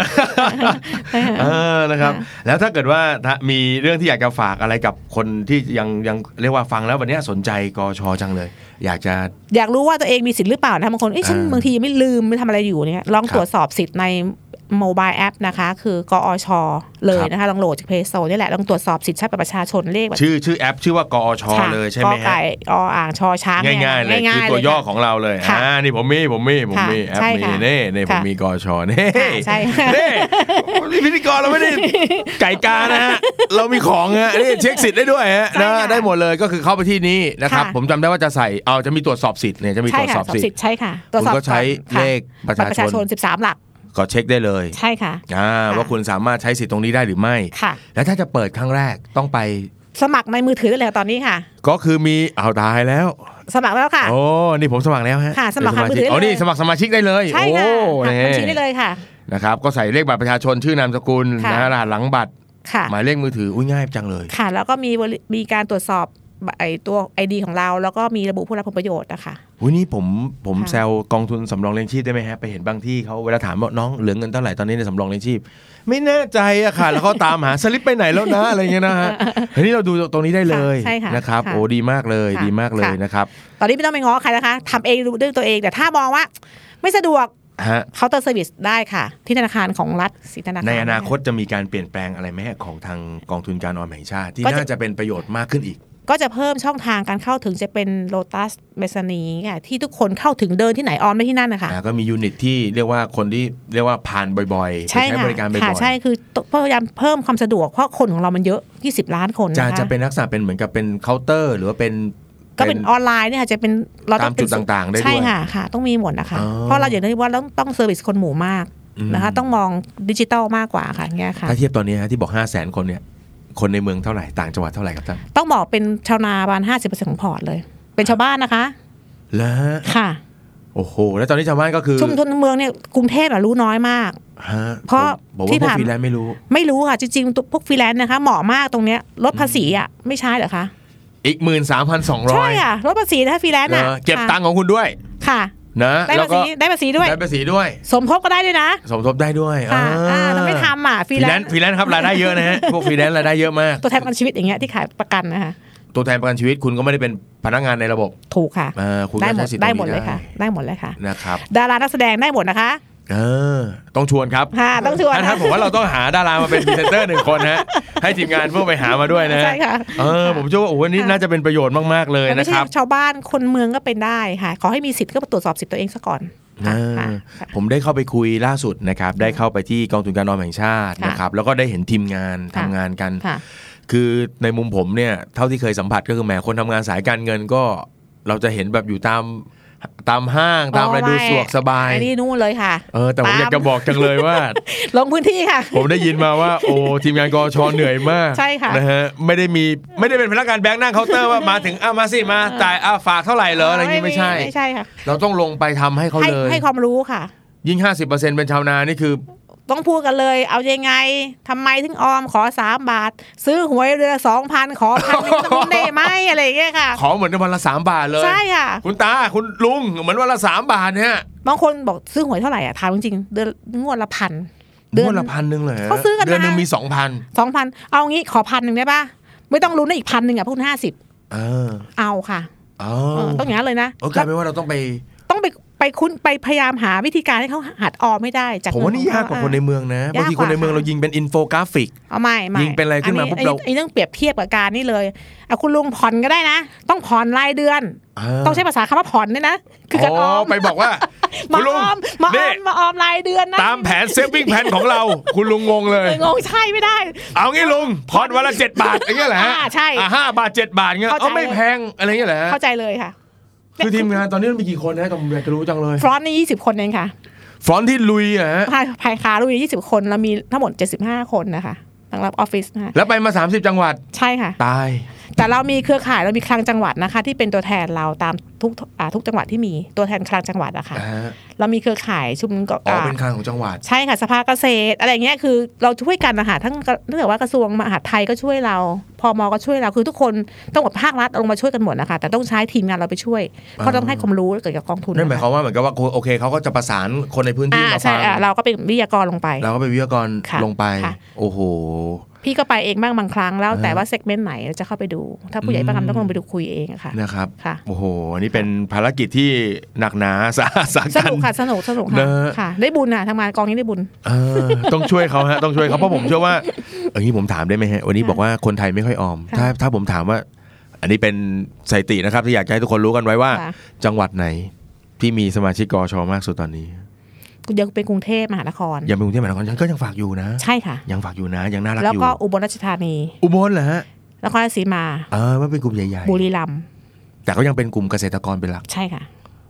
เออนะครับ แล้วถ้าเกิดว่าถ้ามีเรื่องที่อยากจะฝากอะไรกับคนที่ยังยังเรียกว่าฟังแล้ววันเนี้ยสนใจกอชอจังเลย อยากจะ อยากรู้ว่าตัวเองมีสิทธิ์หรือเปล่านะคะบางคนเอ้ยฉัเออบนางทียังไม่ลืมไม่ทำอะไรอยู่เนี่ยลอง ครับ ตรวจสอบสิทธิ์ในโมบายแอปนะคะ คือกอชเลย ครับ นะคะลองโหลดจากเพย์โซนี่แหละลองตรวจสอบสิทธิ์ใช้บัตรประชาชนเลขบัตร ชื่อชื่อแอป ชื่อว่ากอชอเลยใช่ไหม กอไก่ ฮะ ออ่างชอช้างนี่ ง่ายๆเลย ง่า คือย ๆ ตัว เลย ย่อ ค่ะ ของเราเลย ค่ะ อ่านี่ผมมีผมมีผมมีแอค่ะป ใช่ มี ค่ะ เน่เน่ผม ค่ะ มีกอชอเน่ ค่ะใช่ค่ะ นี่พิธีกรเรา ไม่ได้ไก่กานะฮะ เรามีของฮะนี่เช็คสิทธิ์ได้ด้วยฮะ ใช่ นะ ค่ะ ได้หมดเลยก็คือเข้าไปที่นี่นะครับ ค่ะ ผมจำได้ว่าจะใส่เอาจะมีตรวจสอบสิทธิ์เนี่ยจะมีต ใช่ รวจ ค่ะ สอบ สอบ สิ สิ ท ท ธิ์ ธิ์ใช่ค่ะตร คุณวจสอบ ก็ใช้เลขประ บัต ชาร ปชระชาน ชน 13 หลัก ก็เช็คได้เลย ใช่ค่ะ อ่า ค่ะ ว่าคุณสามารถใช้สิทธิ์ตรงนี้ได้หรือไม่ ค่ะ แล้วถ้าจะเปิดครั้งแรกต้องไป สมัครในมือถือได้เลยตอนนี้ค่ะ ก็คือมีเอาตายแล้ว สมัครแล้วค่ะ โอ้นี่ผมสมัครแล้วฮะ ค่ะสมัครผ่านมือถือได้เลย โอ้นี่สมัครสมาชิกได้เลย ใช่ค่ะ โอ้ หักบัญชีได้เลยค่ะ นะครับก็ใส่เลขบัตรประชาชนชื่อนามสกุล ค่ะ นะฮะรหัสหลังบัตร ค่ะ หมายเลขมือถืออุ้ยง่ายจังเลย ค่ะ แล้วก็มีบริมีการตรวจสอบไอตัวไอดีของเรา แล้วก็มีระบุผู้รับผลประโยชน์นะคะ วันนี้ผมผม ค่ะ แซวกองทุนสำรองเลี้ยงชีพได้ไหมฮะไปเห็นบางที่เขาเวลาถามว่าน้องเหลือเงินเท่าไหร่ตอนนี้ในสำรองเลี้ยงชีพ ไม่แน่ใจอะค่ะ แล้วเขาตามหาสลิปไปไหนแล้วนะอะไรเงี้ยนะ ฮะเฮ้ยนี่เราดูตรงนี้ได้เลย ค่ะใช่ค่ะ นะครับ ค่ะ โอ้ดีมากเลย ค่ะ ดีมากเลย ค่ะ นะครับ ตอนนี้ไม่ต้องไปง้อใครนะคะทำเองรู้ด้วยตัวเอง แต่ถ้ามองว่า ไม่สะดวก ฮะ เคาน์เตอร์เซอร์วิสได้ค่ะ ที่ธนาคารของรัฐสีธนาคาร ในอนาคตจะมีการเปลี่ยนแปลงอะไรไหมฮะของทางกองทุนการออมแห่งชาติ ที่ ก็จะ น่าจะเป็นประโยชน์มากขึ้นอีก ก็จะเพิ่มช่องทางการเข้าถึงจะเป็นโลตัสเมสนีค่ะที่ทุกคนเข้าถึงเดินที่ไหนออมได้ที่นั่นนะคะ อ่าก็มียูนิตที่เรียกว่าคนที่เรียกว่าผ่านบ่อยๆไป ใช่ ใช้ ค่ะ บริการบ่อค่ะย ใช่คือพยายามเพิ่มความสะดวกเพราะคนของเรามันเยอะ 20 ล้านคน ๆจะ นะคะ จะเป็นลักษณะเป็นเหมือนกับเป็นเคาน์เตอร์ หรือว่าเป็น ก็เป็นออนไลน์เนี่ยค่ะจะเป็นเราต้องตามเป็นจุดต่างๆได้ด้วย ใช่ค่ะค่ะ ต้องมีหมดนะคะ อ๋อ เพราะเราอย่างที่ว่าเราต้องเซอร์วิสคนหมู่มากนะคะ ต้องมองดิจิตอลมากกว่าค่ะอย่างเงี้ยค่ะ ถ้าเทียบตอนนี้ฮะที่บอก 5 0 0 0 0 0 คนเนี่ย คนในเมืองเท่าไหร่ ต่างจังหวัดเท่าไหร่ครับท่าน ต้องบอกเป็นชาวนาประมาณ50%ของพอร์ตเลย เป็นชาวบ้านนะคะ แล้วฮะ ค่ะ โอ้โห แล้วตอนนี้ชาวบ้านก็คือ ชุมชนเมืองเนี่ยกรุงเทพอะรู้น้อยมาก ฮะ เพราะ ผมบอกว่า ที่ พวก ผ่าน ฟรีแลนซ์ไม่รู้ ไม่รู้ค่ะจริงๆตัวพวกฟรีแลนซ์นะคะเหมาะมากตรงเนี้ยลดภาษีอ่ะไม่ใช่เหรอคะ อีก 1 3 2 0 0 ใช่อ่ะลดภาษีนะคะฟรีแลนซ์อ่ะ นะเก็บ ค่ะ ตังค์ของคุณด้วย ค่ะ นะ ได้ แล้ว ภา ก็ ษีได้ภาษีด้วย ได้ภาษีด้วย สมทบก็ได้ด้วยนะ สมทบได้ด้วย ค่ะ อ่า อ่าเราไม่ทำ อ่ะฟ ฟ รี รี แล แล น น ซ์ ซ์ฟรีแลนซ์ครับรายได้เยอะนะฮะพวกฟรีแลนซ์รายได้เยอะมาก ตัวแทนประกันชีวิตอย่างเงี้ยที่ขายประกันนะคะ ตัวแทนประกันชีวิตคุณก็ไม่ได้เป็นพนักงานในระบบ ถูกค่ะ อ่าคุณ ได้ ก็ หม ใช้ ด สิทธิ์ ได้ ตรง หมด นี้ เลยค่ะ ได้หมดเลยค่ะ นะครับ ดารานักแสดงได้หมดนะคะ เออต้องชวนครับ ค่ะต้องชวน ท่าน นะ ครับผมว่าเราต้องหาดารามาเป็นพรีเซนเตอร์หนึ่งคน ฮะให้ทีมงานพวกไปหามาด้วยนะฮะ ใช่ค่ะ เออผมเชื่อว่าโอ้โหอันนี่ ค่ะ น่าจะเป็นประโยชน์มากๆเลย มันไม่ นะค ใช่ รับ ชาวบ้านคนเมืองก็เป็นได้ค่ะ ขอให้มีสิทธิ์ก็ไปตรวจสอบสิทธิ์ตัวเองซะก่อนค่ะ อ่า ค่ะ ผมได้เข้าไปคุยล่าสุดนะครับ ได้เข้าไปที่กองทุนการออมแห่งชาติ ค่ะ นะครับ แล้วก็ได้เห็นทีมงานทำ ค่ะ งานกัน ค่ะ คือในมุมผมเนี่ยเท่าที่เคยสัมผัสก็คือแหมคนทำงานสายการเงินก็เราจะเห็นแบบอยู่ตามตามห้างตามอะไร อ๋อ ดู ไม่ สะดวกสบาย อันนี้นู่นเลยค่ะ เออแต่ผม ตาม อยากจะบอกจังเลยว่า ลงพื้นที่ค่ะ ผมได้ยินมาว่า โอ้ทีมงานกอชอเหนื่อยมาก ใช่ค่ะ นะฮะไม่ได้มีไม่ได้เป็นพนักงานแบงค์นั่งเคาน์เตอร์ว่ามาถึงอ่ะมาสิมาจ่ายอ่ะฝากเท่าไหร่เหรออะไรอย่างงี้ไม่ใช่ ไม่ใช่ค่ะ เราต้องลงไปทำให้เขา ให้ เลย ให้ความรู้ค่ะ ยิ่ง 50%เป็นชาวนานี่คือ ต้องพูดกันเลย เอายังไงทำไมถึงออมขอสามบาท ซื้อหวยเดือนละสองพันขอพันหนึ่งต้องได้ไหมอะไรอย่างเงี้ยค่ะ ขอเหมือนวันละสามบาทเลย ใช่ค่ะ คุณตาคุณลุงเหมือนวันละสามบาทเนี่ย บางคนบอกซื้อหวยเท่าไหร่อ่ะถามจริงๆเดือนงวดละพัน เดือน งวดละพันหนึ่งเลยหร เขาซื้อกัน เดือนหนึ่ง นะ มีสองพัน สองพันเอางี้ขอพันหนึ่งได้ป่ะ ไม่ต้องรู้นะอีกพันหนึ่งอ่ะพวกห้าสิบ เออ เอาค่ะ เอ เออ อ ต้องอย่างนั้นเลยนะ เออกลายเป็นว่าเราต้องไป ต้องไปไปคุ้นไปพยายามหาวิธีการให้เขาหัดออมไม่ได้จาก ผมว่านี่ เงิ ยาก ข ก อ ว่า เข คนในเมืองนะบางทีคนในเมืองเรายิงเป็นอินโฟกราฟิก เอาไม่ไม่ ยิงเป็นอะไรขึ้นมาปุ๊บเรา ไอ้เรื่องเปรียบเทียบกับการนี่เลยเอาคุณลุงผ่อนก็ได้นะ ต้องผ่อนรายเดือน ต้องใช้ภาษาคำว่าผ่อนด้วยนะ คือการอ อ๋อ อม ไปบอกว่า มา คุณ อ ลุง อมมาออ นี่ มมาออมรายเดือนนะ ตามแผนเซฟวิ่งแผนของเรา คุณลุงงงเล เอย องงใช่ไม่ได้ เอางี้ลุงพอนวันละเจ็ดบาทอย่างเงี้ยเหรอฮะ อ่าใช่ อ่าห้าบาทเจ็ดบาทเงี้ย เข้าใจ เอาไม่แพงอะไรเงี้ยเหรอฮะ เข้าใจเลยค่ะ คือทีมงานตอนนี้มันมีกี่คนนะต้องอยากจะรู้จังเลย ฟรอนต์นี่ยี่สิบคนเองค่ะ ฟรอนที่ลุยเหรอฮะ ภายภายคาลูกมียี่สิบคนเรามีทั้งหมดเจ็ดสิบห้าคนนะคะสำหรับออฟฟิศนะคะ แล้วไปมา 30 จังหวัด ใช่ค่ะ ตาย แต่เรามีเครือข่ายเรามีคลังจังหวัดนะคะ ที่เป็นตัวแทนเราตามทุกอ่าทุกจังหวัดที่มีตัวแทนคลังจังหวัดอะค่ะ อ่าฮะ เรามีเครือข่ายชุมนุมก็ อ๋อ อ่า เป็นคลังของจังหวัด ใช่ค่ะสภาเกษตร อะไรอย่างเงี้ยคือเราช่วยกันนะคะทั้งเนื่องจากว่ากระทรวงมหาดไทยก็ช่วยเราพมก็ช่วยเราคือทุกคนต้องหมดภาครัฐลงมาช่วยกันหมดนะคะแต่ต้องใช้ทีมงานเราไปช่วยเพราะต้องให้ความรู้เกี่ยวกับกองทุน นั่นหมาย ะ ค คะ วามว่าเหมือนกับว่าโอเคเขาก็จะประสานคนในพื้นที่ อ่า มา ใช่ ฟัง อ่าเราก็เป็นวิทยากรลงไป เราก็ไปนวิทยากร ค่ะ ลงไป ค่ะ โอ้โห พี่ก็ไปเองบ้างบางครั้งแล้วแต่ว่าเซกเมนต์ไหนเราจะเข้าไปดู ถ้าผู้ใหญ่ประกำต้องลงไปดูคุยเองอะค่ะ นะครับ ค่ะ โอ้โห อันนี้เป็นภารกิจที่หนักหนาสาหัสสา ส กั นุ น กค่ะสนุกสนุกค่ะ เนอะ ค่ะ ได้บุญอ่ะทำงานกองนี้ได้บุญ เออต้องช่วยเขาฮะ ต้องช่วยเขาเพราะผมเชื่อว่าเอย่างนี้ผมถามได้ไหมฮะ วันนี้บอกว่าคนไทยไม่ค่อยออม ค่ะ ถ้าถ้าผมถามว่า อันนี้เป็นสถิตินะครับที่อยากจะให้ทุกคนรู้กันไว้ว่า ค่ะ จังหวัดไหนที่มีสมาชิกกอชอมากสุดตอนนี้ ยังเป็นกรุงเทพมหานคร ยังเป็นกรุงเทพมหานครยังก็ยังฝากอยู่นะ ใช่ค่ะ ยังฝากอยู่นะ ยังน่ารัก แล้ว อยู่ ก็อุบลราชธานี อุบลเหรอฮะ นครราชสีมา เออมันเป็นกลุ่มใหญ่ บุรีรัมย์ ๆ แต่ก็ยังเป็นกลุ่มเกษตรกรเป็นหลัก ใช่ค่ะ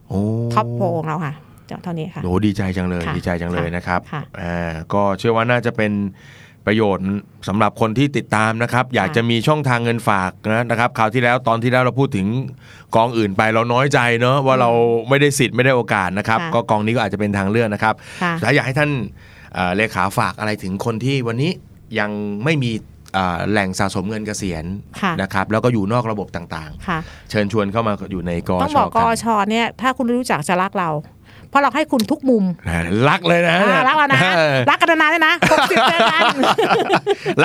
โอ้ ท็อปโพลของเราค่ะเท่านี้ค่ะ โหดีใจจังเลย ค่ะ ดีใจจังเลย ค่ะ นะครับ ค่ะ อ่าก็เชื่อว่าน่าจะเป็นประโยชน์สำหรับคนที่ติดตามนะครับ อยาก ค่ะ จะมีช่องทางเงินฝากนะนะครับคราวที่แล้วตอนที่แล้วเราพูดถึงกองอื่นไปเราน้อยใจเนอะว่าเราไม่ได้สิทธิ์ไม่ได้โอกาสนะครับ ค่ะ ก็กองนี้ก็อาจจะเป็นทางเลือกนะครับ ค่ะ แล้วอยากให้ท่านเอ่อเลขาฝากอะไรถึงคนที่วันนี้ยังไม่มีเอ่อแหล่งสะสมเงินเกษียณ ค่ะ นะครับ แล้วก็อยู่นอกระบบต่างๆ ค่ะ เชิญชวนเข้ามาอยู่ในกอ ต้อง ช บ อ อกกอชอเนี่ย ถ้าคุณรู้จักจะรักเรา เพราะเราให้คุณทุกมุม กันรักเลยนะ อ่ารักเรานะ เออ รักกันนานๆด้วยนะหกสิบเดือน กัน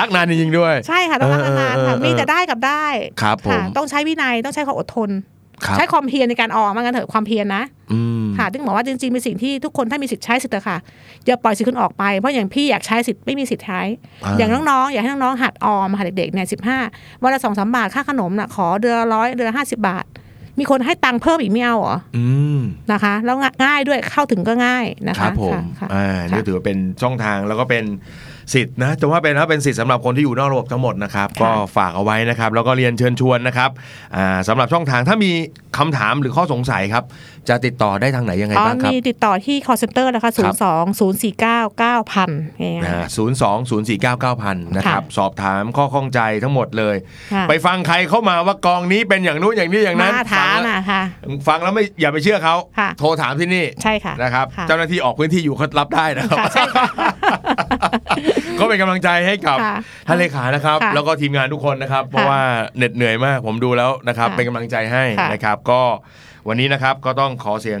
รักนานจริงๆด้วย ใช่ค่ะต้องรักกันนานๆค่ะ เออเออเออ มีแต่ได้กับได้ ครับผม ะต้องใช้วินัยต้องใช้ความอดทน ครับ ใช้ความเพียรในการออมว่างั้นเถอะความเพียรนะ อืม ค่ะถึงบอกว่าจริงๆเป็นสิ่งที่ทุกคนถ้ามีสิทธิ์ใช้สิทธิ์อะค่ะอย่าปล่อยสิทธิ์คนออกไปเพราะอย่างพี่อยากใช้สิทธิ์ไม่มีสิทธิ์ใช้ อ่า อย่างน้องๆอยากให้น้องๆหัดออมหัดเด็กๆเนี่ยสิบห้าวันละสองสามบาทค่าขนมน่ะขอเดือนละร้อยเดือนละห้าสิบบาท มีคนให้ตังค์เพิ่มอีกไม่เอาเหรอ อืม นะคะ แล้วง่ายด้วยเข้าถึงก็ง่ายนะคะ ครับผม ค่ะ อ่านี่ ค่ะ ถือว่าเป็นช่องทางแล้วก็เป็นสิทธิ์นะแต่ว่าเป็นถ้าเป็นสิทธิ์สำหรับคนที่อยู่นอกระบบทั้งหมดนะครับ ก็ฝากเอาไว้นะครับ แล้วก็เรียนเชิญชวนนะครับอ่าสำหรับช่องทางถ้ามีคำถามหรือข้อสงสัยครับ จะติดต่อได้ทางไหนยังไง อ๋อ บ้างครับ มีติดต่อที่ call center นะคะ ครั 0 2 0 4 9 9 0 0 0 อ่ เนี่ย า02 049 9000นะครับ ค่ะ สอบถามข้อข้องใจทั้งหมดเลย ค่ะ ไปฟังใครเข้ามาว่ากองนี้เป็นอย่างนู้นอย่างนี้อย่าง มา นั้น ถามอ่ะค่ะ ฟังแล้วไม่อย่าไปเชื่อเขา ค่ะ โทรถามที่นี่ ใช่ค่ะ นะครับ ค่ะ เจ้าหน้าที่ออกพื้นที่อยู่เขารับได้นะครับ ค่ะใช่ค่ะ ก็เป็นกำลังใจให้กับ ค่ะ ท่านเลขานะครับ ค่ะ แล้วก็ทีมงานทุกคนนะครับ เพราะว่าเหน็ดเหนื่อยมากผมดูแล้วนะครับ ค่ะ เป็นกำลังใจให้ ค่ะ นะครับ ก็วันนี้นะครับก็ต้องขอเสียง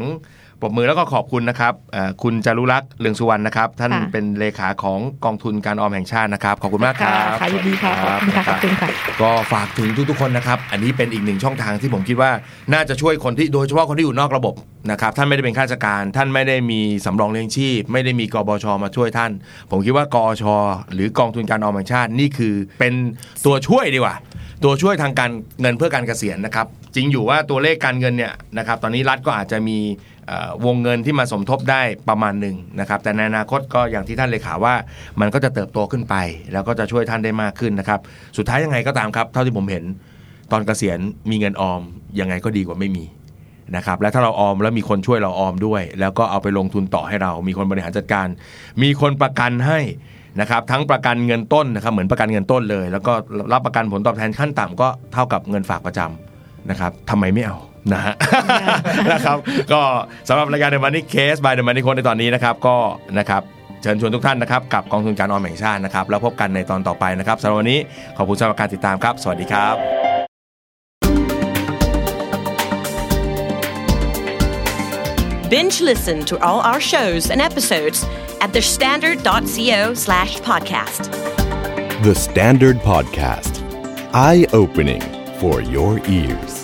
ป ปรบมือแล้วก็ขอบคุณนะครับเอ่อคุณจารุลักษณ์เลืองสุวรรณนะครับ ท่าน ค่ะ เป็นเลขาของกองทุนการออมแห่งชาตินะครับ ขอบคุณมากค ค่ะ รับ ค่ะยินดีค่ะขอบคุณค่ะ ค ข รั อบบ คุณค่ะ ก็ฝากถึงทุกๆคนนะครับ อันนี้เป็นอีกหนึ่งช่องทางที่ผมคิดว่า น่าจะช่วยคนที่โดยเฉพาะคนที่อยู่นอกระบบนะครับ ท่านไม่ได้เป็นข้าราชการ ท่านไม่ได้มีสำรองเลี้ยงชีพ ไม่ได้มีกบชมาช่วยท่าน ผมคิดว่ากอช หรือกองทุนการออมแห่งชาตินี่คือเป็นตัวช่วยดีกว่า ตัวช่วยทางการเงินเพื่อการเกษียณนะครับ จริงอยู่ว่าตัวเลขการเงินเนี่ยนะครับตอนนี้รัฐก็อาจจะมีเอ่อวงเงินที่มาสมทบได้ประมาณหนึ่งนะครับ แต่ในอนาคตก็อย่างที่ท่านเลขาว่า มันก็จะเติบโตขึ้นไป แล้วก็จะช่วยท่านได้มากขึ้นนะครับ สุดท้ายยังไงก็ตามครับ เท่าที่ผมเห็นตอนเกษียณมีเงินออมยังไงก็ดีกว่าไม่มีนะครับ และถ้าเราออมแล้วมีคนช่วยเราออมด้วย แล้วก็เอาไปลงทุนต่อให้เรา มีคนบริหารจัดการ มีคนประกันให้นะครับ ทั้งประกันเงินต้นนะครับเหมือนประกันเงินต้นเลย แล้วก็รับประกันผลตอบแทนขั้นต่ำก็เท่ากับเงินฝากประจำนะครับทำไมไม่เอานะฮะ นะครับก็สำหรับรายการ The Money Case by The Money Coach ในตอนนี้นะครับก็นะครับเชิญชวนทุกท่านนะครับกับกองทุนการออมแห่งชาตินะครับแล้วพบกันในตอนต่อไปนะครับสำหรับวันนี้ขอบคุณสำหรับการติดตามครับ สวัสดีครับ Binge listen to all our shows and episodes at thestandard.co slash podcast. The Standard Podcast, eye opening for your ears.